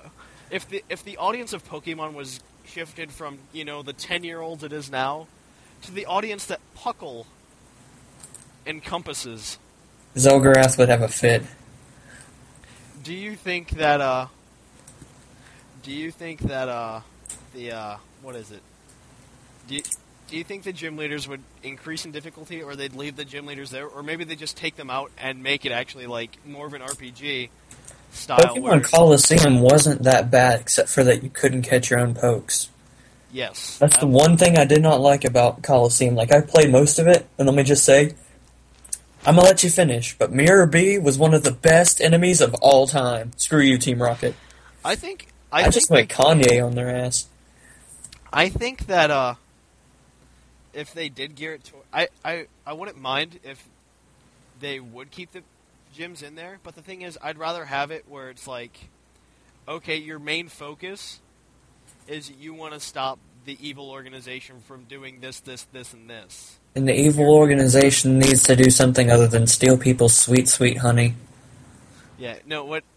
Speaker 3: if the if the audience of Pokemon was shifted from you know the ten year olds it is now to the audience that Puckle encompasses,
Speaker 4: Zelgarath would have a fit.
Speaker 3: do you think that uh do you think that uh the uh what is it do you, Do you think the gym leaders would increase in difficulty, or they'd leave the gym leaders there, or maybe they just take them out and make it actually like more of an RPG style? where-
Speaker 4: Pokemon Coliseum wasn't that bad, except for that you couldn't catch your own pokes.
Speaker 3: Yes,
Speaker 4: That's the one thing I did not like about Coliseum. Like I played most of it, and let me just say, I'm gonna let you finish. But Mirror B was one of the best enemies of all time. Screw you, Team Rocket.
Speaker 3: I think
Speaker 4: I,
Speaker 3: I, think
Speaker 4: just went
Speaker 3: they-
Speaker 4: Kanye on their ass.
Speaker 3: I think that uh, if they did gear it to, I, I, I wouldn't mind if they would keep the gyms in there. But the thing is, I'd rather have it where it's like, okay, your main focus is you want to stop the evil organization from doing this, this, this, and this.
Speaker 4: And the evil organization needs to do something other than steal people's sweet, sweet honey.
Speaker 3: Yeah. No. What?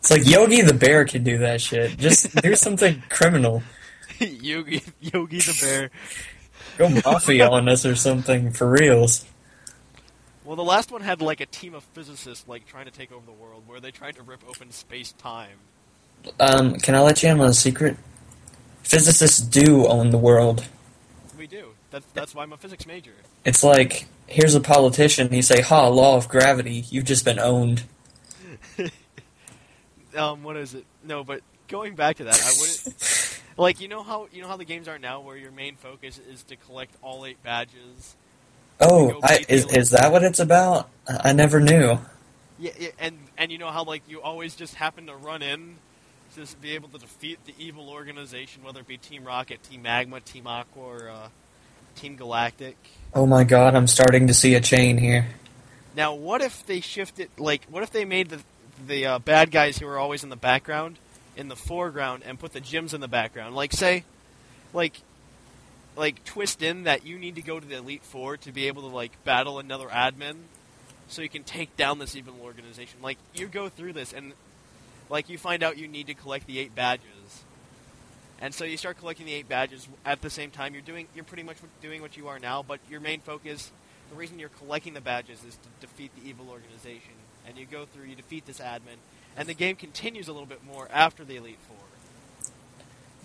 Speaker 4: It's like Yogi the Bear could do that shit. Just do something criminal.
Speaker 3: Yogi, Yogi the bear.
Speaker 4: Go mafia on us or something for reals.
Speaker 3: Well, the last one had like a team of physicists like trying to take over the world, where they tried to rip open space time.
Speaker 4: Um, can I let you in on a secret? Physicists do own the world.
Speaker 3: We do. That's that's why I'm a physics major.
Speaker 4: It's like here's a politician. You say, "Ha, law of gravity. You've just been owned."
Speaker 3: um, what is it? No, but going back to that, I wouldn't like you know how you know how the games are now, where your main focus is to collect all eight badges.
Speaker 4: Oh,
Speaker 3: Go
Speaker 4: I,
Speaker 3: beat
Speaker 4: is
Speaker 3: the-
Speaker 4: is that what it's about? I I never knew.
Speaker 3: Yeah, yeah, and and you know how like you always just happen to run in to s- be able to defeat the evil organization, whether it be Team Rocket, Team Magma, Team Aqua, or uh, Team Galactic.
Speaker 4: Oh my god, I'm starting to see a chain here.
Speaker 3: Now, what if they shifted? Like, what if they made the the uh, bad guys who are always in the background in the foreground and put the gyms in the background? Like, say, like, like twist in that you need to go to the elite four to be able to like battle another admin, so you can take down this evil organization. Like, you go through this and like you find out you need to collect the eight badges. And so you start collecting the eight badges at the same time. You're doing, you're pretty much doing what you are now, but your main focus the reason you're collecting the badges is to defeat the evil organization, and you go through, you defeat this admin, and the game continues a little bit more after the Elite Four.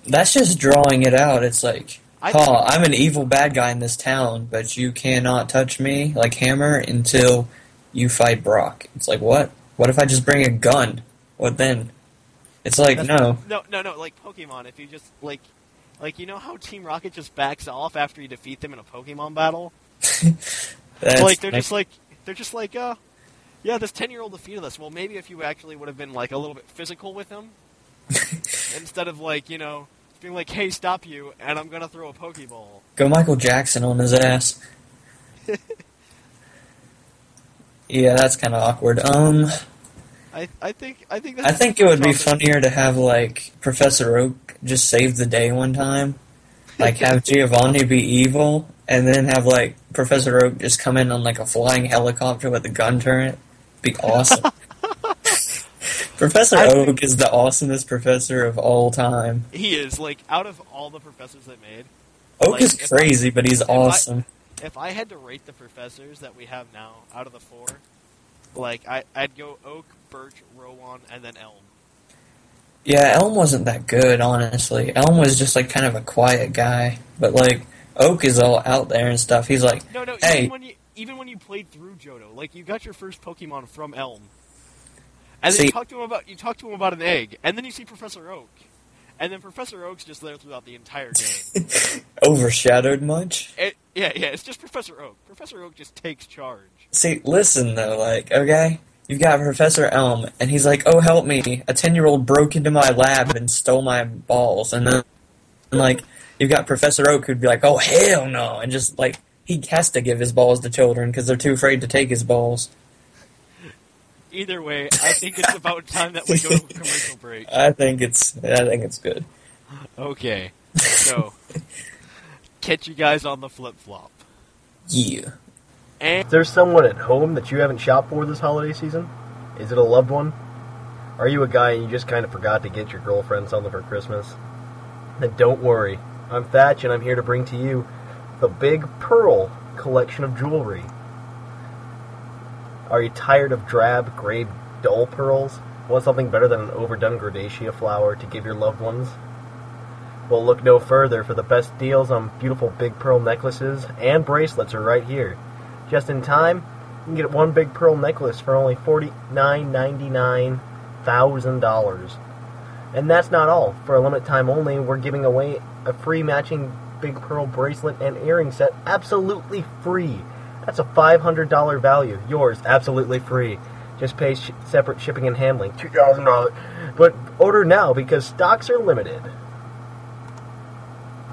Speaker 4: That's just drawing it out. It's like,
Speaker 3: I-
Speaker 4: "Ha, I'm an evil bad guy in this town, but you cannot touch me like Hammer until you fight Brock." It's like, what? What if I just bring a gun? What then? It's like, no.
Speaker 3: No, no, no, like Pokemon, if you just, like, like you know how Team Rocket just backs off after you defeat them in a Pokemon battle?
Speaker 4: That's,
Speaker 3: like, they're just like, they're just like, uh, yeah, this 10 year old defeated us. Well, maybe if you actually would have been, like, a little bit physical with them, instead of, like, you know, being like, hey, stop you, and I'm gonna throw a Pokeball.
Speaker 4: Go Michael Jackson on his ass. yeah, that's kind of awkward. Um,
Speaker 3: I, I think, I think that's
Speaker 4: I think it would be
Speaker 3: something-
Speaker 4: funnier to have like Professor Oak just save the day one time, like have Giovanni be evil, and then have like Professor Oak just come in on like a flying helicopter with a gun turret. Be awesome. Professor
Speaker 3: I think-
Speaker 4: Oak is the awesomest professor of all time.
Speaker 3: He is like out of all the professors that made.
Speaker 4: Oak
Speaker 3: Like,
Speaker 4: is
Speaker 3: if I-
Speaker 4: crazy, but he's awesome.
Speaker 3: If I had to rate the professors that we have now out of the four, like I, I'd go Oak, Birch, Rowan, and then Elm.
Speaker 4: Yeah, Elm wasn't that good, honestly. Elm was just like kind of a quiet guy, but like Oak is all out there and stuff. He's like,
Speaker 3: No, no.
Speaker 4: hey,
Speaker 3: Even when you even when you played through Johto, like you got your first Pokemon from Elm, and then
Speaker 4: See-
Speaker 3: you talk to him about you talk to him about an egg, and then you see Professor Oak, and then Professor Oak's just there throughout the entire game.
Speaker 4: overshadowed much?
Speaker 3: It- yeah, yeah. It's just Professor Oak. Professor Oak just takes charge.
Speaker 4: See, listen though, like, okay, you've got Professor Elm, and he's like, oh, help me, a ten-year-old broke into my lab and stole my balls, and then and, like you've got Professor Oak who'd be like, oh hell no, and just like he has to give his balls to children because they're too afraid to take his balls.
Speaker 3: Either way, I think it's about time that we go to a commercial break.
Speaker 4: I think it's, I think it's good.
Speaker 3: Okay. So, catch you guys on the flip flop.
Speaker 4: Yeah.
Speaker 3: And
Speaker 2: Is there someone at home that you haven't shopped for this holiday season? Is it a loved one? Are you a guy and you just kind of forgot to get your girlfriend something for Christmas? Then don't worry. I'm Thatch and I'm here to bring to you the Big Pearl collection of jewelry. Are you tired of drab, gray, dull pearls? Want something better than an overdone gradacea flower to give your loved ones? Well, look no further, for the best deals on beautiful big pearl necklaces and bracelets are right here. Just in time, you can get one big pearl necklace for only $49.99 thousand dollars. And that's not all. For a limited time only, we're giving away a free matching big pearl bracelet and earring set absolutely free. That's a $500 value. Yours absolutely free. Just pay sh- separate shipping and handling, $2,000. But order now because stocks are limited.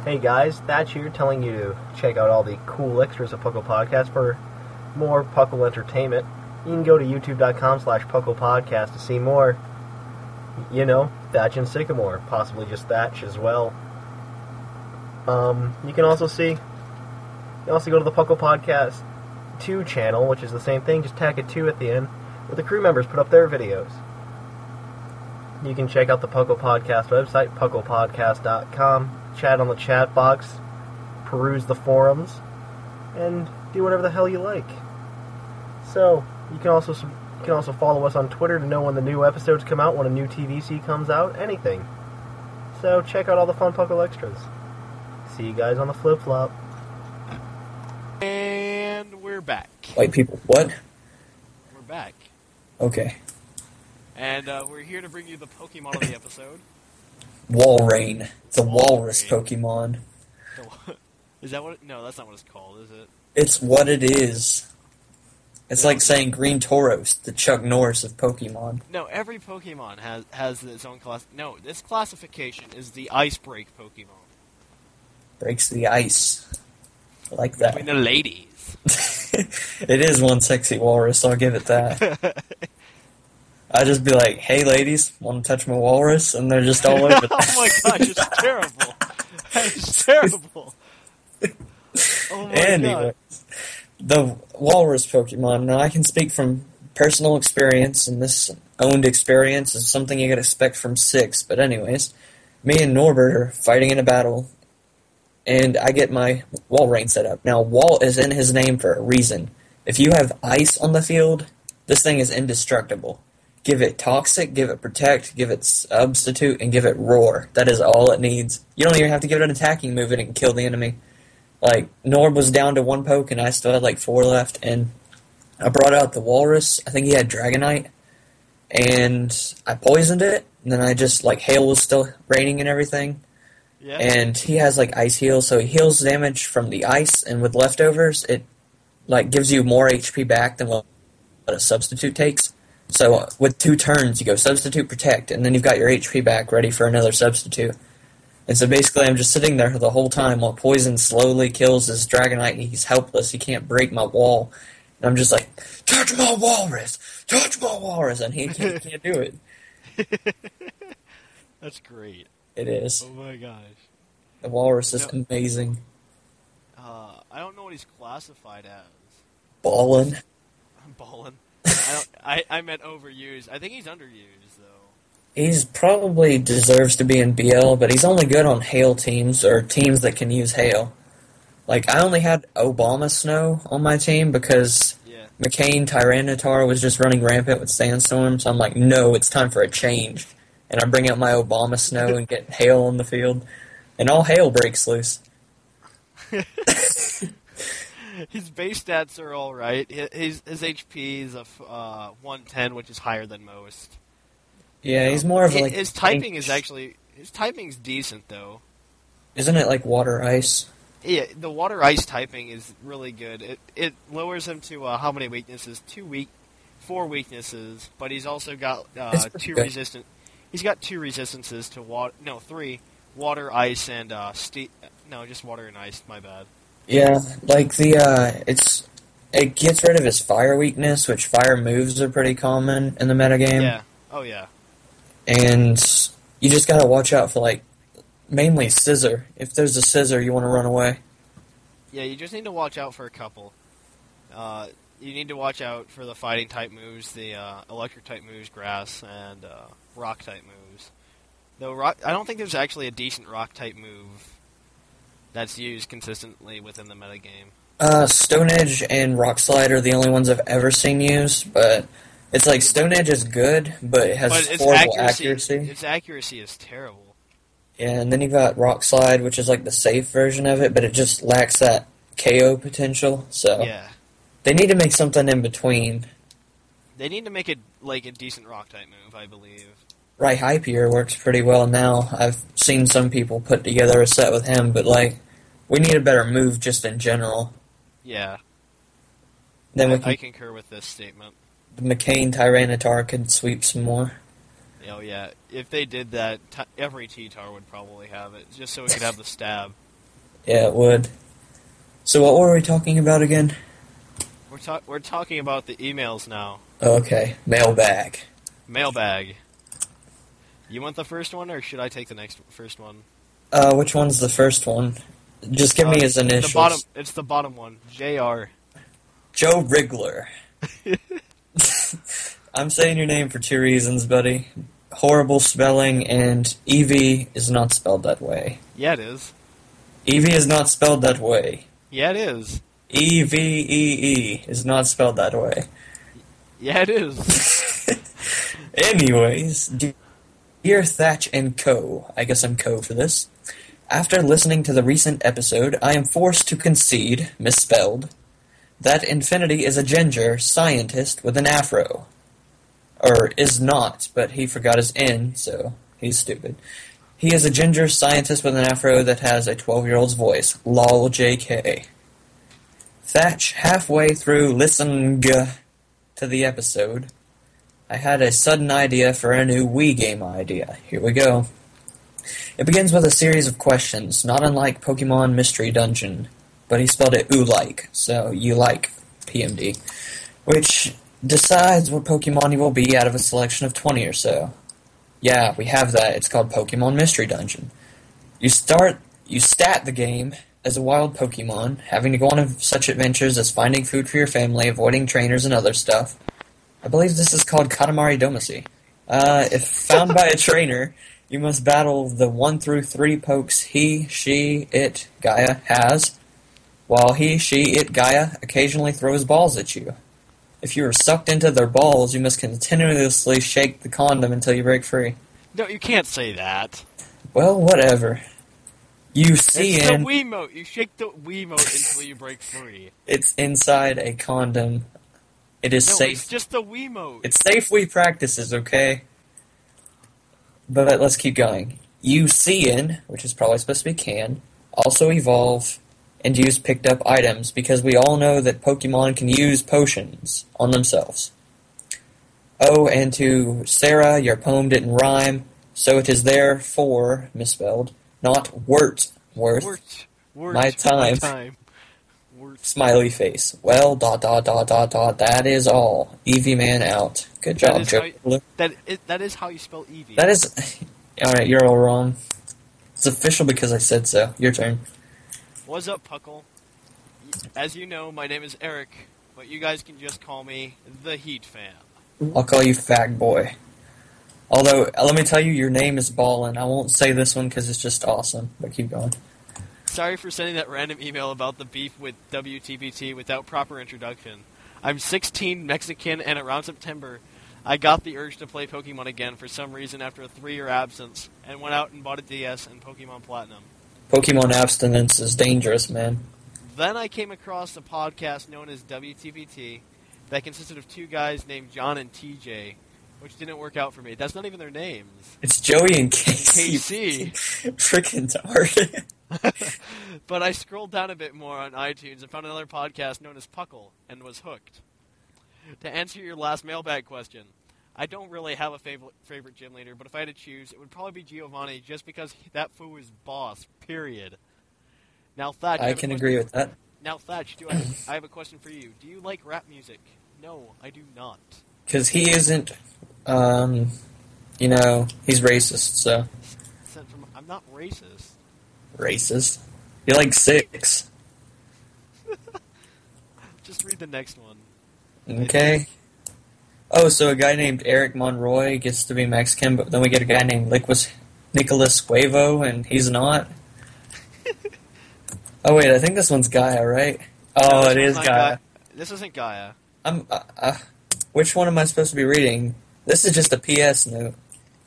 Speaker 2: Hey guys, That's here telling you to check out all the cool extras of Puckle Podcast for more Puckle entertainment. You can go to youtube.com slash Puckle Podcast to see more. You know, Thatch and Sycamore, possibly just Thatch as well. Um, you can also see, you can also go to the Puckle Podcast 2 channel, which is the same thing, just tag a 2 at the end, where the crew members put up their videos. You can check out the Puckle Podcast website, pucklepodcast.com, chat on the chat box, peruse the forums, and do whatever the hell you like. So, you can also sub- you can also follow us on Twitter to know when the new episodes come out, when a new TVC comes out, anything. So, check out all the fun Puckle extras. See you guys on the flip flop.
Speaker 3: And we're back.
Speaker 4: White people. What?
Speaker 3: We're back.
Speaker 4: Okay.
Speaker 3: And uh, we're here to bring you the Pokemon of the episode.
Speaker 4: Walrein. It's a walrus
Speaker 3: Walrein.
Speaker 4: Pokemon.
Speaker 3: The- Is that what? It, no, that's not what it's called, is it?
Speaker 4: It's what it is. It's like saying Green Tauros, the Chuck Norris of Pokemon.
Speaker 3: No, every Pokemon has has its own class. No, this classification is the Icebreak Pokemon.
Speaker 4: Breaks the ice. I like
Speaker 3: I mean,
Speaker 4: that.
Speaker 3: the ladies.
Speaker 4: it is one sexy walrus, I'll give it that. I just be like, hey ladies, want to touch my walrus? And they're just all over.
Speaker 3: oh my gosh, it's terrible. It's terrible. Oh my
Speaker 4: Anyway,
Speaker 3: god.
Speaker 4: the walrus Pokemon. Now I can speak from personal experience, and this owned experience is something you could expect from six. But anyways, me and Norbert are fighting in a battle, and I get my wall rain set up. Now wall is in his name for a reason. If you have ice on the field, this thing is indestructible. Give it toxic, give it protect, give it substitute, and give it roar. That is all it needs. You don't even have to give it an attacking move, and it can kill the enemy like Norb was down to one poke and I still had like four left and I brought out the walrus. I think he had Dragonite and I poisoned it and then I just like hail was still raining and everything.
Speaker 3: Yeah.
Speaker 4: And he has like ice heal, so he heals damage from the ice and with leftovers it like gives you more HP back than what a substitute takes. So uh, with two turns you go substitute protect and then you've got your HP back ready for another substitute. And so basically, I'm just sitting there the whole time while poison slowly kills this dragonite, and he's helpless. He can't break my wall. And I'm just like, touch my walrus, touch my walrus, and he can't, can't do it.
Speaker 3: that's great.
Speaker 4: It is
Speaker 3: Oh my gosh.
Speaker 4: the walrus is
Speaker 3: No.
Speaker 4: amazing.
Speaker 3: Uh, I don't know what he's classified as.
Speaker 4: Ballin.
Speaker 3: I'm balling. I, don't, I I meant overused. I think he's underused though.
Speaker 4: He's probably deserves to be in BL, but he's only good on hail teams or teams that can use hail. Like I only had Obama Snow on my team because
Speaker 3: Yeah.
Speaker 4: McCain Tyranitar was just running rampant with sandstorms. I'm like, no, it's time for a change. And I bring out my Obama snow and get hail on the field, and all hail breaks loose.
Speaker 3: His base stats are all right. Hi- His his HP is a f- uh, 110, which is higher than most.
Speaker 4: Yeah, he's more of
Speaker 3: Hi-
Speaker 4: like
Speaker 3: his typing is actually his typing's decent though.
Speaker 4: isn't it like water ice?
Speaker 3: Yeah, the water ice typing is really good. It it lowers him to uh, how many weaknesses? Two weak, four weaknesses. But he's also got uh,
Speaker 4: It's pretty
Speaker 3: two
Speaker 4: good.
Speaker 3: resistant. He's got two resistances to water. No, three: water, ice, and uh, ste- No, just water and ice. My bad.
Speaker 4: Yeah, like the uh, it's it gets rid of his fire weakness, which fire moves are pretty common in the metagame.
Speaker 3: Yeah. Oh yeah.
Speaker 4: and you just gotta watch out for like mainly scissor. If there's a scissor, you want to run away.
Speaker 3: Yeah, you just need to watch out for a couple. Uh, you need to watch out for the fighting type moves, the uh, electric type moves, grass, and uh, rock type moves. Though rock, I don't think there's actually a decent rock type move that's used consistently within the metagame.
Speaker 4: Uh, Stone Edge and Rock Slide are the only ones I've ever seen used, but it's like Stone Edge is good, but it has
Speaker 3: But its
Speaker 4: horrible
Speaker 3: accuracy,
Speaker 4: accuracy.
Speaker 3: its accuracy is terrible.
Speaker 4: and then you got Rock Slide, which is like the safe version of it, but it just lacks that KO potential. So
Speaker 3: Yeah,
Speaker 4: they need to make something in between.
Speaker 3: they need to make it like a decent rock type move, I believe.
Speaker 4: Right Hypier works pretty well now. I've seen some people put together a set with him, but like we need a better move just in general.
Speaker 3: Yeah,
Speaker 4: Then we
Speaker 3: I,
Speaker 4: can,
Speaker 3: I concur with this statement.
Speaker 4: McCain Tyranitar could sweep some more.
Speaker 3: Oh yeah, if they did that, t- every T-Tar would probably have it, just so it could have the stab.
Speaker 4: Yeah, it would. So what were we talking about again?
Speaker 3: We're ta- we're talking about the emails now.
Speaker 4: Okay, mailbag.
Speaker 3: Mailbag. You want the first one, or should I take the next first one?
Speaker 4: Uh, which one's the first one? Just give
Speaker 3: Uh,
Speaker 4: me his
Speaker 3: The bottom.
Speaker 4: initials.
Speaker 3: It's the bottom one. Jr.
Speaker 4: Joe Rigler. I'm saying your name for two reasons, buddy. Horrible spelling, and Evie is not spelled that way.
Speaker 3: Yeah, it is.
Speaker 4: Evie E is not spelled that way.
Speaker 3: Yeah, it is.
Speaker 4: E V E E is not spelled that way.
Speaker 3: Yeah, it is.
Speaker 4: Anyways, dear Thatch and Co. I guess I'm Co for this. After listening to the recent episode, I am forced to concede, misspelled, that Infinity is a ginger scientist with an afro. Or is not, but he forgot his N, so he's stupid. He is a ginger scientist with an afro that has a 12 year old's voice. Lol JK. Thatch, halfway through listening to the episode, I had a sudden idea for a new Wii game idea. Here we go. It begins with a series of questions, not unlike Pokemon Mystery Dungeon, but he spelled it ooh like, so you like PMD, which decides what Pokemon you will be out of a selection of 20 or so. Yeah, we have that. It's called Pokemon Mystery Dungeon. You start, you stat the game as a wild Pokemon, having to go on such adventures as finding food for your family, avoiding trainers and other stuff, I believe this is called Katamari Damacy. Uh, if found by a trainer, you must battle the one through three pokes he, she, it, Gaia has, while he, she, it, Gaia occasionally throws balls at you. If you are sucked into their balls, you must continuously shake the condom until you break free.
Speaker 3: no, you can't say that.
Speaker 4: Well, whatever. You see
Speaker 3: It's the
Speaker 4: in
Speaker 3: Wiimote. You shake the Wiimote until you break free.
Speaker 4: it's inside a condom. It is
Speaker 3: No,
Speaker 4: safe.
Speaker 3: it's just the Wiimote.
Speaker 4: It's safe we practices, okay? But let's keep going. UCN, which is probably supposed to be can, also evolve and use picked up items because we all know that Pokemon can use potions on themselves. Oh, and to Sarah, your poem didn't rhyme, so it is therefore misspelled, not wort worth.
Speaker 3: Wort, wort,
Speaker 4: My time.
Speaker 3: Wort.
Speaker 4: Smiley face. Well, dot dot dot dot dot. That is all. Eevee man out. Good
Speaker 3: That
Speaker 4: job,
Speaker 3: is
Speaker 4: Joe.
Speaker 3: how you- That is, that is how you spell E Eevee.
Speaker 4: That is. Alright, you're all wrong. It's official because I said so. Your turn.
Speaker 3: What's up, Puckle? As you know, my name is Eric, but you guys can just call me the Heat Fan.
Speaker 4: I'll call you Fag Boy. Although, uh, let me tell you, your name is Ballin. I won't say this one because it's just awesome, but keep going.
Speaker 3: Sorry for sending that random email about the beef with WTBT without proper introduction. I'm 16, Mexican, and around September, I got the urge to play Pokemon again for some reason after a three year absence, and went out and bought a DS and Pokemon Platinum.
Speaker 4: Pokemon abstinence is dangerous, man.
Speaker 3: Then I came across a podcast known as WTBT that consisted of two guys named John and TJ, which didn't work out for me. That's not even their names.
Speaker 4: It's Joey and Casey.
Speaker 3: KC.
Speaker 4: Freaking hard.
Speaker 3: But I scrolled down a bit more on iTunes and found another podcast known as Puckle and was hooked. To answer your last mailbag question, I don't really have a fav- favorite gym leader, but if I had to choose, it would probably be Giovanni just because he- that fool is boss, period. Now, Thatch,
Speaker 4: I
Speaker 3: have a
Speaker 4: can
Speaker 3: question-
Speaker 4: agree with that.
Speaker 3: Now, Thatch, do I, I have a question for you. Do you like rap music? No, I do not.
Speaker 4: Because he isn't, um, you know, he's racist, so.
Speaker 3: Sent from, I'm not racist.
Speaker 4: Racist. You're like six.
Speaker 3: Just read the next one.
Speaker 4: Okay. Oh, so a guy named Eric Monroy gets to be Mexican, but then we get a guy named Liquis Nicholas Cuevo, and he's not. oh wait, I think this one's Gaia, right? Oh,
Speaker 3: No,
Speaker 4: it
Speaker 3: this
Speaker 4: is
Speaker 3: one's not
Speaker 4: Gaia.
Speaker 3: Ga- This isn't Gaia.
Speaker 4: I'm. Uh, uh, which one am I supposed to be reading? This is just a PS note.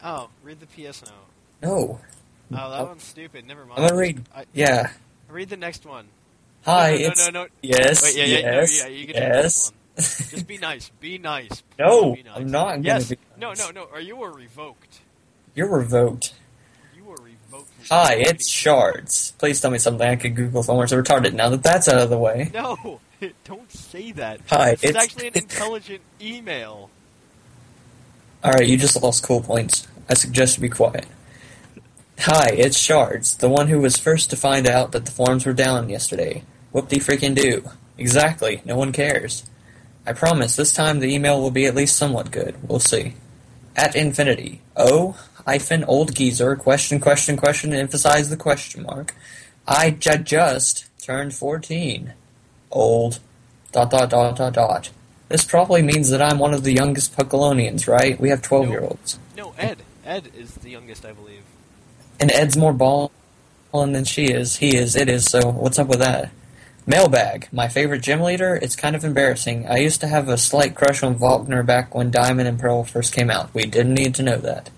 Speaker 3: Oh, read the PS note.
Speaker 4: No.
Speaker 3: Oh, that one's stupid. Never mind.
Speaker 4: I'm gonna read.
Speaker 3: I,
Speaker 4: Yeah.
Speaker 3: read the next one.
Speaker 4: Hi,
Speaker 3: no, no,
Speaker 4: it's
Speaker 3: no, no.
Speaker 4: yes,
Speaker 3: Wait, yeah, yeah, no,
Speaker 4: yes,
Speaker 3: yeah. You can do
Speaker 4: yes.
Speaker 3: this one. Just be nice. Be nice. Please
Speaker 4: No,
Speaker 3: be nice.
Speaker 4: I'm not gonna
Speaker 3: Yes.
Speaker 4: be
Speaker 3: No,
Speaker 4: nice.
Speaker 3: no, no. Or you were revoked.
Speaker 4: You're revoked.
Speaker 3: You were revoked. from
Speaker 4: Hi,
Speaker 3: reading.
Speaker 4: Ah, it's shards. Please tell me something I could Google if I weren't so retarded. Now that that's out of the way,
Speaker 3: No, don't say that.
Speaker 4: Hi,
Speaker 3: This is
Speaker 4: it's-
Speaker 3: actually an intelligent email.
Speaker 4: all right, you just lost cool points. I suggest you be quiet. Hi, it's shards, the one who was first to find out that the forums were down yesterday. Whoop de freaking do. Exactly. No one cares. I promise this time the email will be at least somewhat good. We'll see. At infinity. O hyphen old geezer question question question emphasize the question mark. I ju- just turned fourteen. Old dot dot dot dot dot. This probably means that I'm one of the youngest Puckalonians, right? We have twelve year olds.
Speaker 3: No, Ed. Ed is the youngest, I believe.
Speaker 4: And Ed's more ballin' than she is. He is. It is. So what's up with that? Mailbag, my favorite gym leader. It's kind of embarrassing. I used to have a slight crush on Faulkner back when Diamond and Pearl first came out. We didn't need to know that.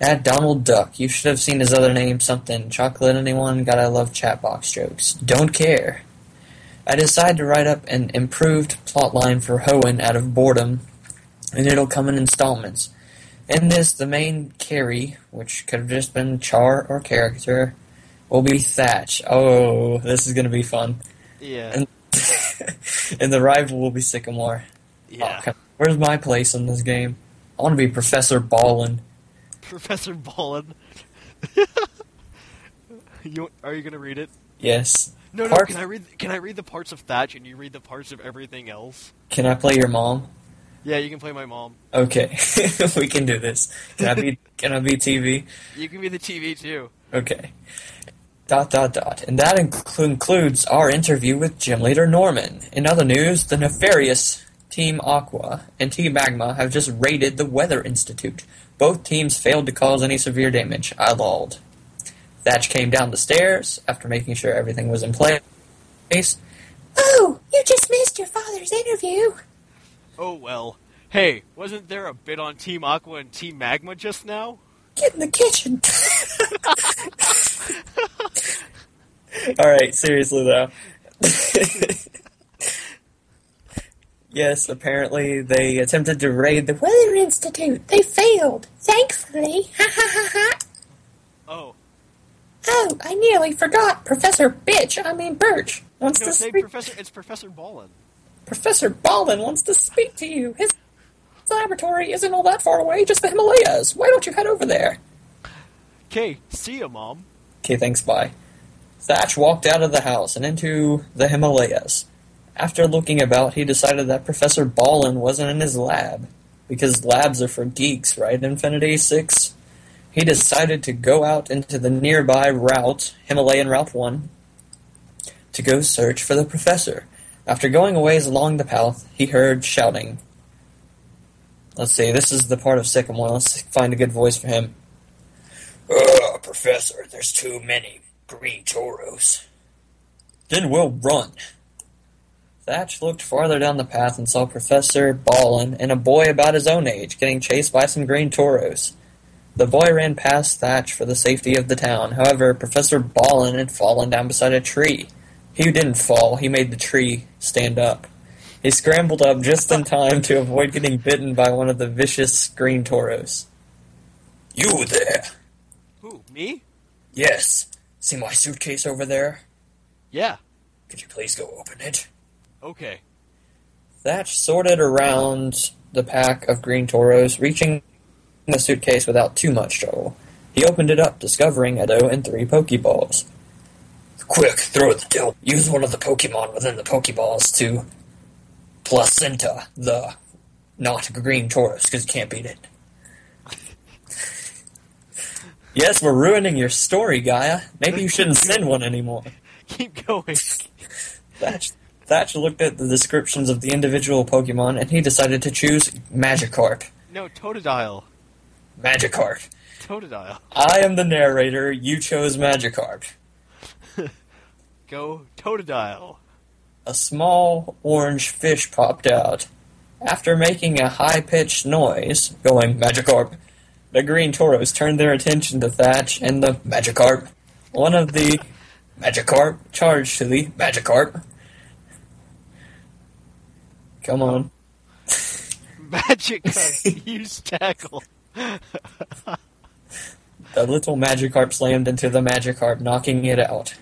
Speaker 4: At Donald Duck, you should have seen his other name, something chocolate. Anyone? God, I love chat box jokes. Don't care. I decided to write up an improved plotline for Hoenn out of boredom, and it'll come in installments. In this, the main carry, which could have just been char or character, will be Thatch. Oh, this is going to be fun.
Speaker 3: Yeah.
Speaker 4: And, and the rival will be Sycamore. Oh,
Speaker 3: Yeah.
Speaker 4: come- where's my place in this game? I want to be Professor Ballin.
Speaker 3: Professor Ballin. you are you gonna read it?
Speaker 4: Yes.
Speaker 3: No, no.
Speaker 4: Park-
Speaker 3: Can I read? Can I read the parts of Thatch and you read the parts of everything else?
Speaker 4: Can I play your mom?
Speaker 3: Yeah, you can play my mom.
Speaker 4: Okay, we can do this. Can I be? can I be TV?
Speaker 3: You can be the TV too.
Speaker 4: Okay. Dot dot dot. And that inc- includes our interview with gym leader Norman. In other news, the nefarious Team Aqua and Team Magma have just raided the Weather Institute. Both teams failed to cause any severe damage. I lolled. Thatch came down the stairs after making sure everything was in place.
Speaker 5: Oh, you just missed your father's interview.
Speaker 3: Oh well. Hey, wasn't there a bit on Team Aqua and Team Magma just now?
Speaker 5: Get in the kitchen.
Speaker 4: All right, seriously though. yes, apparently they attempted to raid the
Speaker 5: Weather Institute. They failed. Thankfully. Ha ha ha ha.
Speaker 3: Oh,
Speaker 5: Oh, I nearly forgot. Professor Bitch, I mean Birch, wants
Speaker 3: no,
Speaker 5: to
Speaker 3: say
Speaker 5: speak.
Speaker 3: Professor. It's Professor Ballin.
Speaker 4: Professor Ballin wants to speak to you. His laboratory isn't all that far away, just the Himalayas. Why don't you head over there?
Speaker 3: Okay, see ya, mom.
Speaker 4: Okay, thanks, bye. Thatch walked out of the house and into the Himalayas. After looking about, he decided that Professor Ballin wasn't in his lab, because labs are for geeks, right, Infinity 6? He decided to go out into the nearby route, Himalayan Route 1, to go search for the professor. After going a ways along the path, he heard shouting. Let's see, this is the part of Sycamore. Let's find a good voice for him. Ugh, Professor, there's too many green toros. Then we'll run. Thatch looked farther down the path and saw Professor Ballin and a boy about his own age getting chased by some green toros. The boy ran past Thatch for the safety of the town. However, Professor Ballin had fallen down beside a tree. He didn't fall, he made the tree stand up. He scrambled up just in time to avoid getting bitten by one of the vicious green toros. You there!
Speaker 3: Who? Me?
Speaker 4: Yes. See my suitcase over there?
Speaker 3: Yeah.
Speaker 4: Could you please go open it?
Speaker 3: Okay.
Speaker 4: Thatch sorted around the pack of green toros, reaching the suitcase without too much trouble. He opened it up, discovering Edo and three Pokeballs. Quick, throw the dope. Use one of the Pokemon within the Pokeballs to placenta the not green Taurus, because you can't beat it. yes, we're ruining your story, Gaia. Maybe you shouldn't send one anymore.
Speaker 3: Keep going.
Speaker 4: Thatch, Thatch looked at the descriptions of the individual Pokemon and he decided to choose Magikarp.
Speaker 3: No, Totodile.
Speaker 4: Magikarp.
Speaker 3: Totodile.
Speaker 4: I am the narrator. You chose Magikarp.
Speaker 3: Go Totodile.
Speaker 4: A small orange fish popped out. After making a high pitched noise, going Magikarp, the Green Toros turned their attention to Thatch and the Magikarp. One of the Magikarp charged to the Magikarp. Come on.
Speaker 3: Magic Cup, use tackle.
Speaker 4: The little Magikarp slammed into the Magikarp, knocking it out.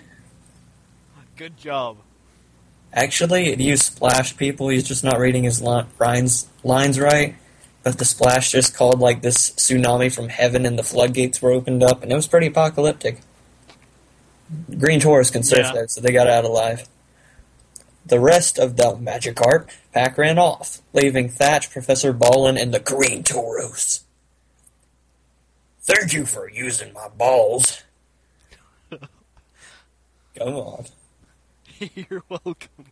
Speaker 3: Good job.
Speaker 4: Actually, it used splash people. He's just not reading his li- lines, lines right. But the splash just called like this tsunami from heaven, and the floodgates were opened up, and it was pretty apocalyptic. Green Taurus can surf
Speaker 3: Yeah.
Speaker 4: though, so they got out alive. The rest of the Magikarp pack ran off, leaving Thatch, Professor Ballin, and the Green Tauros. Thank you for using my balls. Come on.
Speaker 3: You're welcome.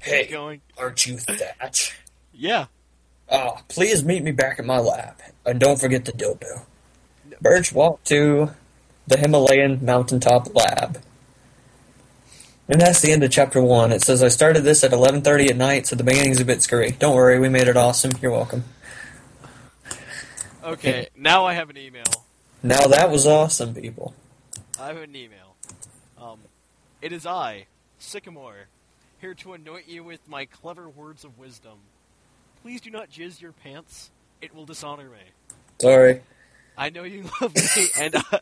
Speaker 4: Hey,
Speaker 3: Going.
Speaker 4: aren't you Thatch?
Speaker 3: Yeah.
Speaker 4: Ah, please meet me back at my lab, and don't forget the dildo. Birch walked to the Himalayan mountaintop lab, and that's the end of chapter one. It says I started this at eleven thirty at night, so the beginning's a bit screwy. Don't worry, we made it awesome. You're welcome.
Speaker 3: Okay. Now I have an email.
Speaker 4: Now that was awesome, people.
Speaker 3: I have an email. Um, it is I, Sycamore, here to anoint you with my clever words of wisdom. Please do not jizz your pants. It will dishonor me.
Speaker 4: Sorry,
Speaker 3: I know you love me, and I,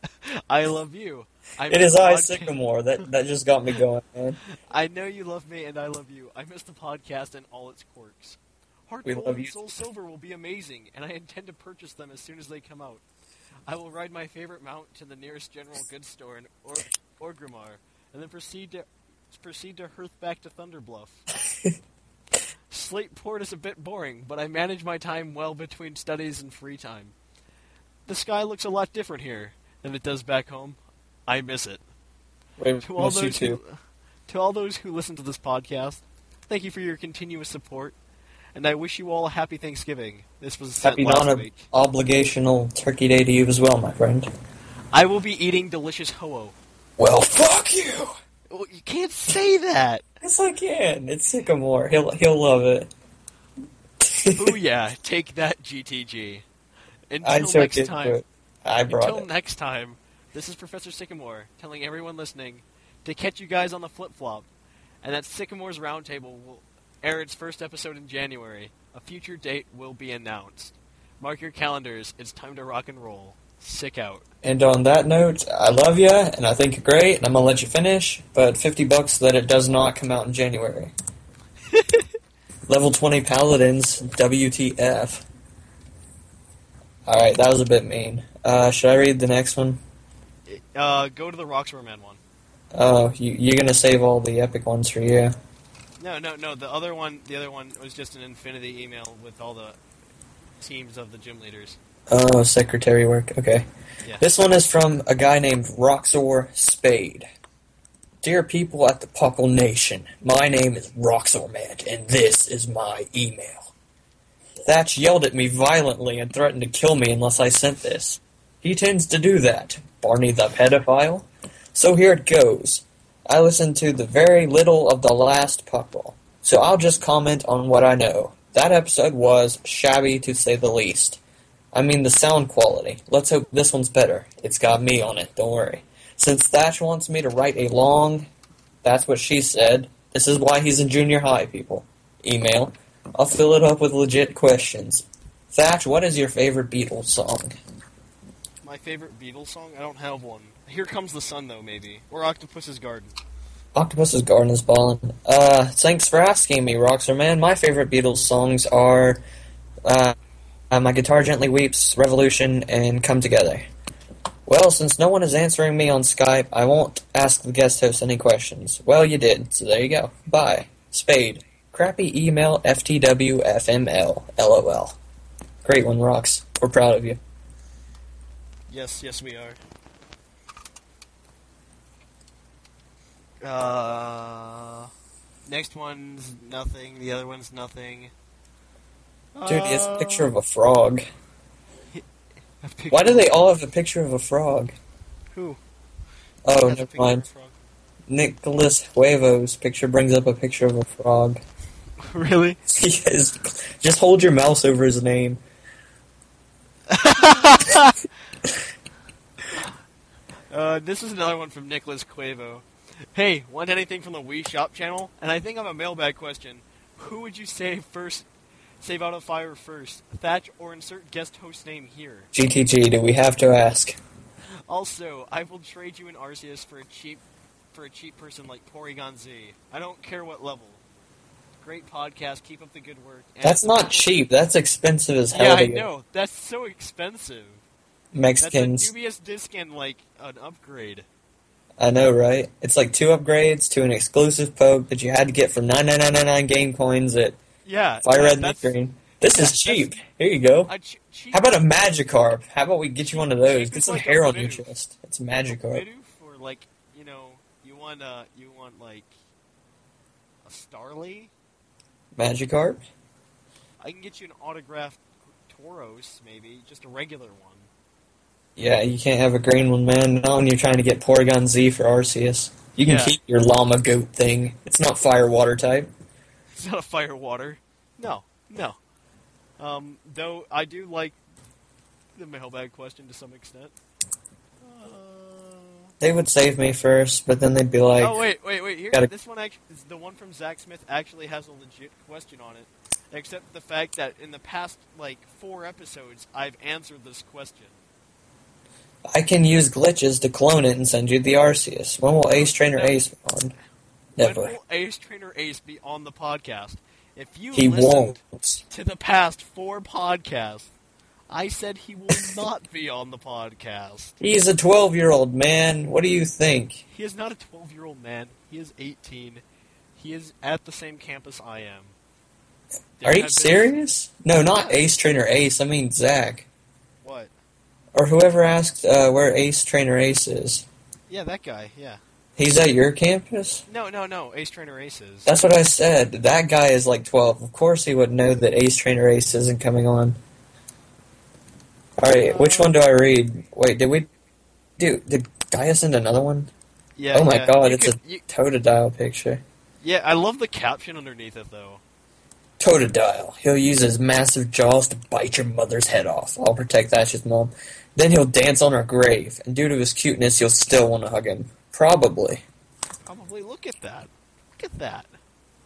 Speaker 3: I love you. I
Speaker 4: it
Speaker 3: miss
Speaker 4: is
Speaker 3: the
Speaker 4: I,
Speaker 3: podca-
Speaker 4: Sycamore. That that just got me going, man.
Speaker 3: I know you love me, and I love you. I miss the podcast and all its quirks. Heart
Speaker 4: We
Speaker 3: Gold
Speaker 4: love
Speaker 3: and
Speaker 4: you.
Speaker 3: Soul Silver will be amazing, and I intend to purchase them as soon as they come out. I will ride my favorite mount to the nearest general goods store in or- Orgrimmar, and then proceed to proceed to Hearth back to Thunderbluff. Slateport is a bit boring, but I manage my time well between studies and free time. The sky looks a lot different here than it does back home. I miss it
Speaker 4: We
Speaker 3: to all
Speaker 4: miss you
Speaker 3: those
Speaker 4: too.
Speaker 3: who, to all those who listen to this podcast, thank you for your continuous support, and I wish you all a happy Thanksgiving. This was sent
Speaker 4: Happy
Speaker 3: last
Speaker 4: non
Speaker 3: week.
Speaker 4: obligational Turkey Day to you as well, my friend.
Speaker 3: I will be eating delicious ho-oh.
Speaker 4: Well, fuck you.
Speaker 3: Well, you can't say that.
Speaker 4: Yes, I can. It's Sycamore. He'll he'll love it.
Speaker 3: Booyah! Take that, GTG. Until
Speaker 4: I took
Speaker 3: next
Speaker 4: it.
Speaker 3: time.
Speaker 4: but I brought
Speaker 3: Until
Speaker 4: it.
Speaker 3: next time, this is Professor Sycamore telling everyone listening to catch you guys on the flip flop, and that Sycamore's Roundtable will air its first episode in January. A future date will be announced. Mark your calendars. It's time to rock and roll. Sick out.
Speaker 4: and on that note, I love you, and I think you're great, and I'm gonna let you finish. But fifty bucks that it does not come out in January. Level twenty paladins. WTF? All right, that was a bit mean. Uh, should I read the next one?
Speaker 3: Uh, go to the Rockstar Man one.
Speaker 4: Oh, you, you're gonna save all the epic ones for you.
Speaker 3: No, no, no. The other one, the other one was just an infinity email with all the teams of the gym leaders.
Speaker 4: Oh, secretary work. Okay.
Speaker 3: Yeah.
Speaker 4: This one is from a guy named Roxor Spade. Dear people at the Puckle Nation, my name is Roxor Mant, and this is my email. Thatch yelled at me violently and threatened to kill me unless I sent this. He tends to do that, Barney the pedophile. So here it goes. I listened to the very little of the last Puckball, so I'll just comment on what I know. That episode was shabby to say the least. I mean the sound quality. Let's hope this one's better. It's got me on it, don't worry. Since Thatch wants me to write a long, that's what she said. This is why he's in junior high, people. Email. I'll fill it up with legit questions. Thatch, what is your favorite Beatles song?
Speaker 3: My favorite Beatles song? I don't have one. Here comes the sun, though, maybe, or Octopus's Garden.
Speaker 4: Octopus's Garden is ballin'. Uh, thanks for asking me, Roxer Man. My favorite Beatles songs are uh, uh, My Guitar Gently Weeps, Revolution, and Come Together. Well, since no one is answering me on Skype, I won't ask the guest host any questions. Well, you did, so there you go. Bye. Spade. Crappy email FTWFML. LOL. Great one, Rox. We're proud of you.
Speaker 3: Yes, yes, we are. Uh, next one's nothing. The other one's nothing.
Speaker 4: Dude, he has a picture of a frog.
Speaker 3: A picture
Speaker 4: Why do they all have a picture of a frog?
Speaker 3: Who?
Speaker 4: Oh,
Speaker 3: has a
Speaker 4: never
Speaker 3: picture
Speaker 4: mind.
Speaker 3: of a frog?
Speaker 4: Nicholas Huevo's picture brings up a picture of a frog.
Speaker 3: really?
Speaker 4: Yes. Just hold your mouse over his name.
Speaker 3: Uh, this is another one from Nicholas Quavo. Hey, want anything from the Wii Shop channel? And I think I have a mailbag question. Who would you save first? Save out of fire first, Thatch, or insert guest host name here.
Speaker 4: GTG, do we have to ask?
Speaker 3: Also, I will trade you an Arceus for a cheap, for a cheap person like Porygon Z. I don't care what level. Great podcast. Keep up the good work. And-
Speaker 4: That's not cheap. That's expensive as hell.
Speaker 3: Yeah,
Speaker 4: to
Speaker 3: I
Speaker 4: get
Speaker 3: know. That's so expensive. That's a
Speaker 4: Mexicans.
Speaker 3: dubious disc and like an upgrade.
Speaker 4: I know, right? It's like two upgrades to an exclusive poke that you had to get for nine nine nine nine nine game coins at
Speaker 3: Yeah.
Speaker 4: Fire
Speaker 3: yeah,
Speaker 4: Red and
Speaker 3: that's
Speaker 4: Green. This
Speaker 3: yeah,
Speaker 4: is cheap. Here you go.
Speaker 3: A ch- cheap
Speaker 4: How about a Magikarp? How about we get you one of those?
Speaker 3: Cheap
Speaker 4: Get
Speaker 3: is
Speaker 4: some
Speaker 3: like a
Speaker 4: hair on your
Speaker 3: voodoo.
Speaker 4: chest. It's Magikarp.
Speaker 3: Voodoo for like you know you want uh you want like a Starly.
Speaker 4: Magikarp?
Speaker 3: I can get you an autographed Tauros, maybe just a regular one.
Speaker 4: Yeah, you can't have a green one, man. Not when you're trying to get Porygon Z for Arceus. You can
Speaker 3: Yeah.
Speaker 4: keep your llama goat thing. It's not fire water type.
Speaker 3: It's not a fire water. No, no. Um, though I do like the mailbag question to some extent. Uh,
Speaker 4: They would save me first, but then they'd be like,
Speaker 3: oh wait, wait, wait! Here,
Speaker 4: Gotta-
Speaker 3: this one actually, the one from Zach Smith actually has a legit question on it, except the fact that in the past like four episodes, I've answered this question.
Speaker 4: I can use glitches to clone it and send you the Arceus. When will Ace Trainer
Speaker 3: No.
Speaker 4: Ace be on?
Speaker 3: When
Speaker 4: Never.
Speaker 3: will Ace Trainer Ace be on the podcast? If you
Speaker 4: He
Speaker 3: listened
Speaker 4: won't.
Speaker 3: to the past four podcasts, I said he will not be on the podcast.
Speaker 4: He's a 12 year old man. What do you think?
Speaker 3: He is not a 12 year old man. He is 18. He is at the same campus I am. There
Speaker 4: Are
Speaker 3: have
Speaker 4: you
Speaker 3: been-
Speaker 4: serious? No, not Ace Trainer Ace. I mean Zach.
Speaker 3: What?
Speaker 4: Or whoever asked uh, where Ace Trainer Ace is.
Speaker 3: Yeah, that guy, yeah.
Speaker 4: He's at your campus?
Speaker 3: No, no, no. Ace Trainer Aces.
Speaker 4: That's what I said. That guy is like 12. Of course he would know that Ace Trainer Ace isn't coming on. Alright, which one do I read? Wait, did we. Dude, did Gaia send another one?
Speaker 3: yeah,
Speaker 4: oh my
Speaker 3: yeah.
Speaker 4: god,
Speaker 3: You
Speaker 4: it's
Speaker 3: could-
Speaker 4: a
Speaker 3: you-
Speaker 4: Totodile picture.
Speaker 3: yeah, I love the caption underneath it, though.
Speaker 4: Totodile. He'll use his massive jaws to bite your mother's head off. I'll protect Thatch's mom. Then he'll dance on her grave, and due to his cuteness, you'll still want to hug him. Probably.
Speaker 3: Probably look at that. Look at that.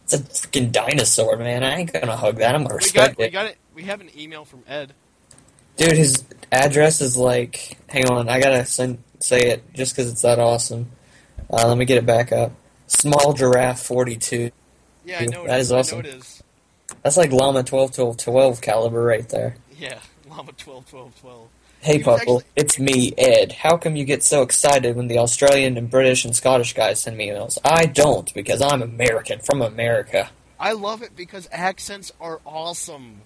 Speaker 4: It's a freaking dinosaur, man. I ain't gonna hug that. I'm gonna
Speaker 3: We got,
Speaker 4: respect
Speaker 3: we
Speaker 4: it.
Speaker 3: got it. We have an email from Ed.
Speaker 4: Dude, his address is like. Hang on, I gotta send, say it just because it's that awesome. Uh, let me get it back up. Small giraffe 42.
Speaker 3: Yeah, I know it
Speaker 4: That
Speaker 3: is.
Speaker 4: is awesome.
Speaker 3: I know it is.
Speaker 4: That's like llama 12 to 12 caliber right there.
Speaker 3: Yeah, Llama 12, 12, 12.
Speaker 4: Hey,
Speaker 3: He was
Speaker 4: Puckle,
Speaker 3: actually-
Speaker 4: it's me, Ed. How come you get so excited when the Australian and British and Scottish guys send me emails? I don't, because I'm American, from America.
Speaker 3: I love it because accents are awesome.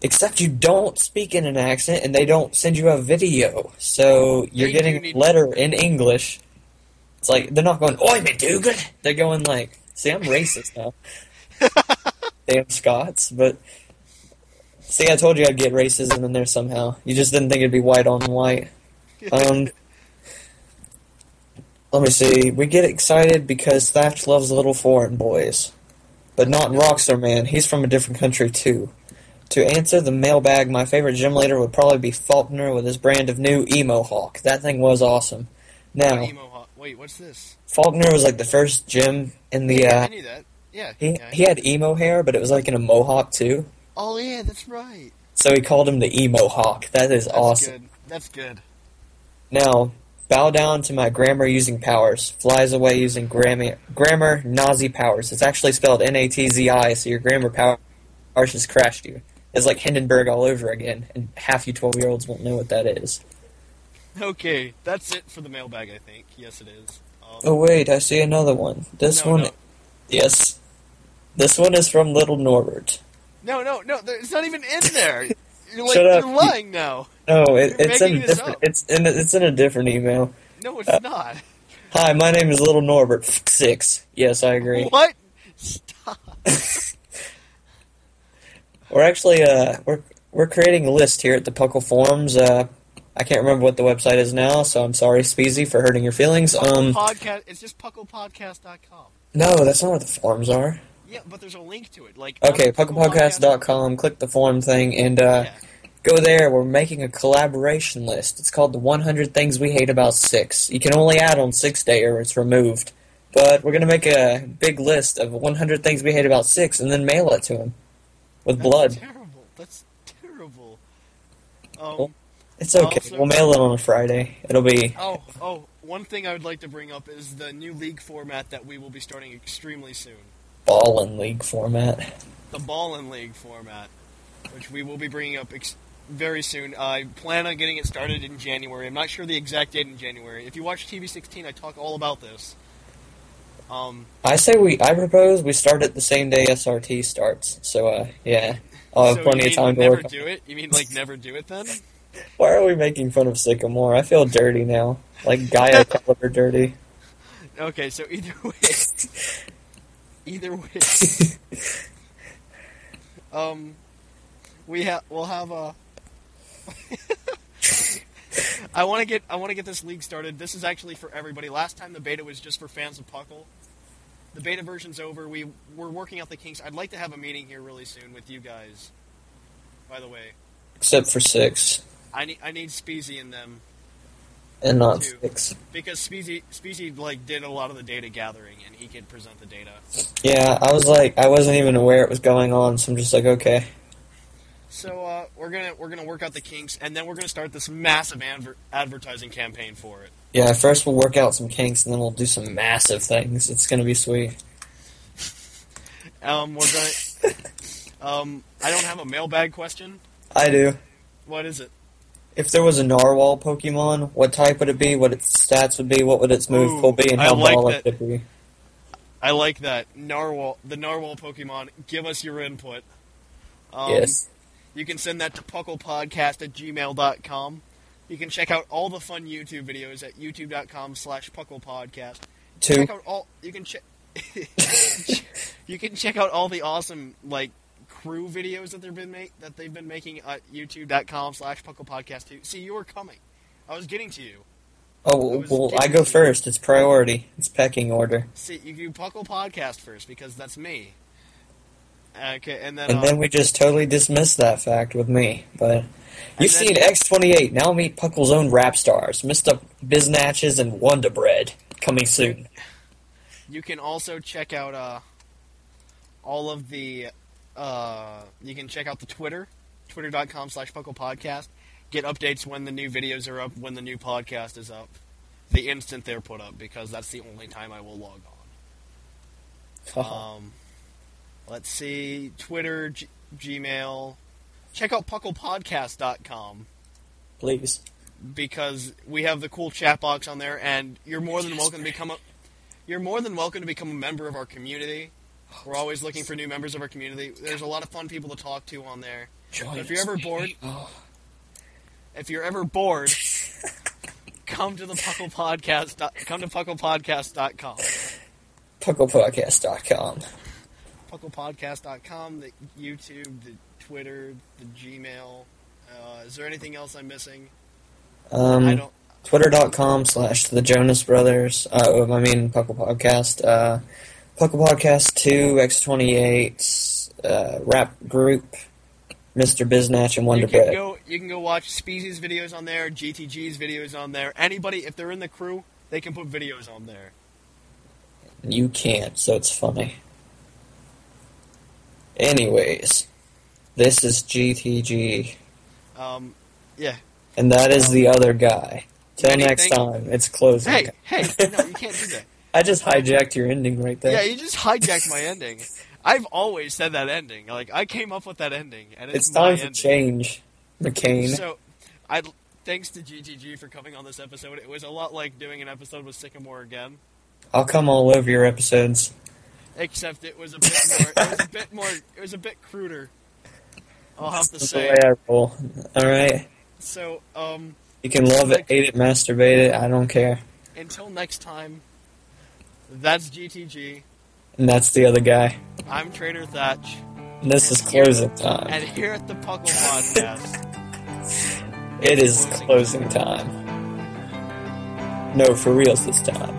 Speaker 4: Except you don't speak in an accent, and they don't send you a video, so you're
Speaker 3: They do
Speaker 4: getting
Speaker 3: need-
Speaker 4: a letter in English. It's like, they're not going, Oi, me Dugan! They're going like, see, I'm racist now. Damn Scots, but... See, I told you I'd get racism in there somehow. You just didn't think it'd be white on white. Um, let me see. We get excited because Thatch loves little foreign boys, but not Rockstar Man. He's from a different country too. To answer the mailbag, my favorite gym leader would probably be Faulkner with his brand of new emo hawk. That thing was awesome. Now,
Speaker 3: Emo hot. Wait, what's this?
Speaker 4: Faulkner was like the first gym in the.
Speaker 3: I
Speaker 4: Uh,
Speaker 3: knew that. Yeah.
Speaker 4: he
Speaker 3: yeah.
Speaker 4: he had emo hair, but it was like in a mohawk too.
Speaker 3: Oh yeah, that's right.
Speaker 4: So he called him the emo hawk. That is
Speaker 3: That's
Speaker 4: awesome.
Speaker 3: good. That's good.
Speaker 4: Now, bow down to my grammar using powers. Flies away using grammar, grammar Nazi powers. It's actually spelled N A T Z I, so your grammar power powers just crashed you. It's like Hindenburg all over again, and half you 12 year olds won't know what that is.
Speaker 3: Okay, that's it for the mailbag. I think. Yes, it is. Um,
Speaker 4: Oh, wait, I see another one. This
Speaker 3: No,
Speaker 4: one.
Speaker 3: no.
Speaker 4: Yes. This one is from Little Norbert.
Speaker 3: No, no, no. There, it's not even in there. You're like
Speaker 4: Shut up.
Speaker 3: you're lying now.
Speaker 4: No, it,
Speaker 3: You're
Speaker 4: it's in a
Speaker 3: making this
Speaker 4: different.
Speaker 3: up.
Speaker 4: It's in. a- It's in a different email.
Speaker 3: No,
Speaker 4: Uh,
Speaker 3: it's not.
Speaker 4: Hi, my name is Little Norbert Six. Yes, I agree.
Speaker 3: What? Stop.
Speaker 4: We're actually uh, we're we're creating a list here at the Puckle Forums. Uh, I can't remember what the website is now, so I'm sorry, Speezy, for hurting your feelings. Um,
Speaker 3: Podcast. It's just pucklepodcast.com.
Speaker 4: no, that's not what the forums are.
Speaker 3: Yeah, but there's a link to it. Like
Speaker 4: Okay,
Speaker 3: on Pickle Podcast-
Speaker 4: puckapodcast.com, click the form thing, and uh,
Speaker 3: Yeah.
Speaker 4: go there. We're making a collaboration list. It's called the 100 Things We Hate About Six. You can only add on Six Day or it's removed. But we're going to make a big list of 100 Things We Hate About Six and then mail it to him with
Speaker 3: That's
Speaker 4: blood.
Speaker 3: Terrible. That's terrible.
Speaker 4: Well,
Speaker 3: Um,
Speaker 4: It's okay.
Speaker 3: Also-
Speaker 4: we'll mail it on a Friday. It'll be.
Speaker 3: oh, oh, one thing I would like to bring up is the new league format that we will be starting extremely soon.
Speaker 4: ball and league format.
Speaker 3: The Ball in League format, which we will be bringing up ex- very soon. I plan on getting it started in January. I'm not sure the exact date in January. If you watch TV16, I talk all about this. Um,
Speaker 4: I say we. I propose we start it the same day SRT starts. So uh, yeah, I'll have
Speaker 3: so
Speaker 4: plenty
Speaker 3: you mean
Speaker 4: of time to
Speaker 3: never
Speaker 4: work. on-
Speaker 3: do it? You mean like never do it then?
Speaker 4: Why are we making fun of Sycamore? I feel dirty now, like Gaia Caliber dirty.
Speaker 3: Okay, so either way, either way, um, we have we'll have a. I want to get I want to get this league started. This is actually for everybody. Last time the beta was just for fans of Puckle. The beta version's over. We we're working out the kinks. I'd like to have a meeting here really soon with you guys. By the way,
Speaker 4: Except for six
Speaker 3: I need I need Speezy in them
Speaker 4: and not
Speaker 3: Two.
Speaker 4: six.
Speaker 3: because Speezy Speezy like did a lot of the data gathering and he could present the data.
Speaker 4: Yeah, I was like, I wasn't even aware it was going on, so I'm just like, okay.
Speaker 3: So uh, we're gonna we're gonna work out the kinks, and then we're gonna start this massive adver- advertising campaign for it.
Speaker 4: Yeah, first we'll work out some kinks, and then we'll do some massive things. It's gonna be sweet.
Speaker 3: Um, we're gonna. um, I don't have a mailbag question.
Speaker 4: I do.
Speaker 3: What is it?
Speaker 4: If there was a narwhal Pokemon, what type would it be? What its stats would be? What would its move
Speaker 3: Ooh,
Speaker 4: pool be? And
Speaker 3: I
Speaker 4: how
Speaker 3: like
Speaker 4: ball
Speaker 3: that.
Speaker 4: would it be?
Speaker 3: I like that narwhal. The narwhal Pokemon. Give us your input. Um,
Speaker 4: yes.
Speaker 3: You can send that to pucklepodcast at gmail.com. You can check out all the fun YouTube videos at youtube.com slash pucklepodcast.
Speaker 4: Two.
Speaker 3: check out all you can check you can check out all the awesome like crew videos that they've been make, that they've been making at youtube.com slash puckle podcast 2 see you were coming i was getting to you
Speaker 4: Oh,
Speaker 3: was
Speaker 4: well, I
Speaker 3: getting
Speaker 4: go
Speaker 3: to-
Speaker 4: first. It's priority. It's pecking order.
Speaker 3: see you do puckle podcast first because that's me okay and then,
Speaker 4: And
Speaker 3: uh,
Speaker 4: then we just totally dismiss that fact with me. But you've
Speaker 3: then-
Speaker 4: seen X28. Now meet Puckle's own rap stars, Mr. Biznatches and Wonder Bread. Coming soon.
Speaker 3: you can also check out uh all of the uh you can check out the twitter twitter.com slash puckle podcast get updates when the new videos are up when the new podcast is up the instant they're put up because that's the only time i will log on um let's see twitter G- gmail check out pucklepodcast.com
Speaker 4: Please.
Speaker 3: because we have the cool chat box on there, and you're more than welcome to become a you're more than welcome to become a member of our community. We're always looking for new members of our community. There's a lot of fun people to talk to on there.
Speaker 4: Join
Speaker 3: If you're
Speaker 4: us,
Speaker 3: ever
Speaker 4: baby.
Speaker 3: bored-
Speaker 4: Oh.
Speaker 3: If you're ever bored, come to the Puckle Podcast. dot- Come to pucklepodcast.com.
Speaker 4: PucklePodcast.com.
Speaker 3: Pucklepodcast.com, the YouTube, the Twitter, the Gmail. Uh, is there anything else I'm missing?
Speaker 4: Um,
Speaker 3: I don't.
Speaker 4: twitter.com slash the jonas brothers uh, i mean puckle podcast uh, puckle podcast 2 x28 uh, rap group mr biznatch and wonder
Speaker 3: you can
Speaker 4: bread
Speaker 3: go you can go watch Speezy's videos on there, GTG's videos on there. Anybody if they're in the crew, they can put videos on there.
Speaker 4: you can't so it's funny anyways this is gtg
Speaker 3: Um, yeah.
Speaker 4: and that is the other guy till
Speaker 3: Hey,
Speaker 4: next
Speaker 3: thank-
Speaker 4: time it's closing
Speaker 3: Hey, hey, no, you can't do that.
Speaker 4: i just hijacked your ending right there
Speaker 3: Yeah, you just hijacked my ending. I've always said that ending. Like I came up with that ending, and it's,
Speaker 4: it's time
Speaker 3: my
Speaker 4: for
Speaker 3: ending.
Speaker 4: change mccain
Speaker 3: So, I thanks to GTG for coming on this episode. It was a lot like doing an episode with Sycamore again,
Speaker 4: i'll come all over your episodes
Speaker 3: except it was a bit more. it was a bit more. It was a bit cruder. I'll have to
Speaker 4: That's the
Speaker 3: say.
Speaker 4: way I roll. All right.
Speaker 3: So, um.
Speaker 4: You can love it, hate it, masturbate it. I don't care.
Speaker 3: until next time, that's GTG.
Speaker 4: And that's the other guy.
Speaker 3: I'm Trader Thatch,
Speaker 4: And this is closing time.
Speaker 3: and here at the Puckle Podcast,
Speaker 4: It is closing time. No, for reals this time.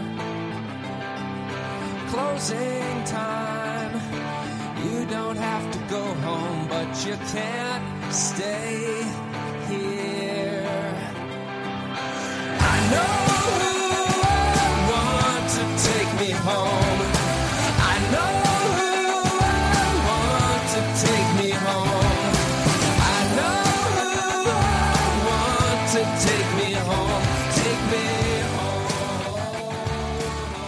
Speaker 6: Closing time. You don't have to go home, but you can't stay here. I know who I want to take me home. I know who I want to take me home. I know who I want to take me home. Take me home.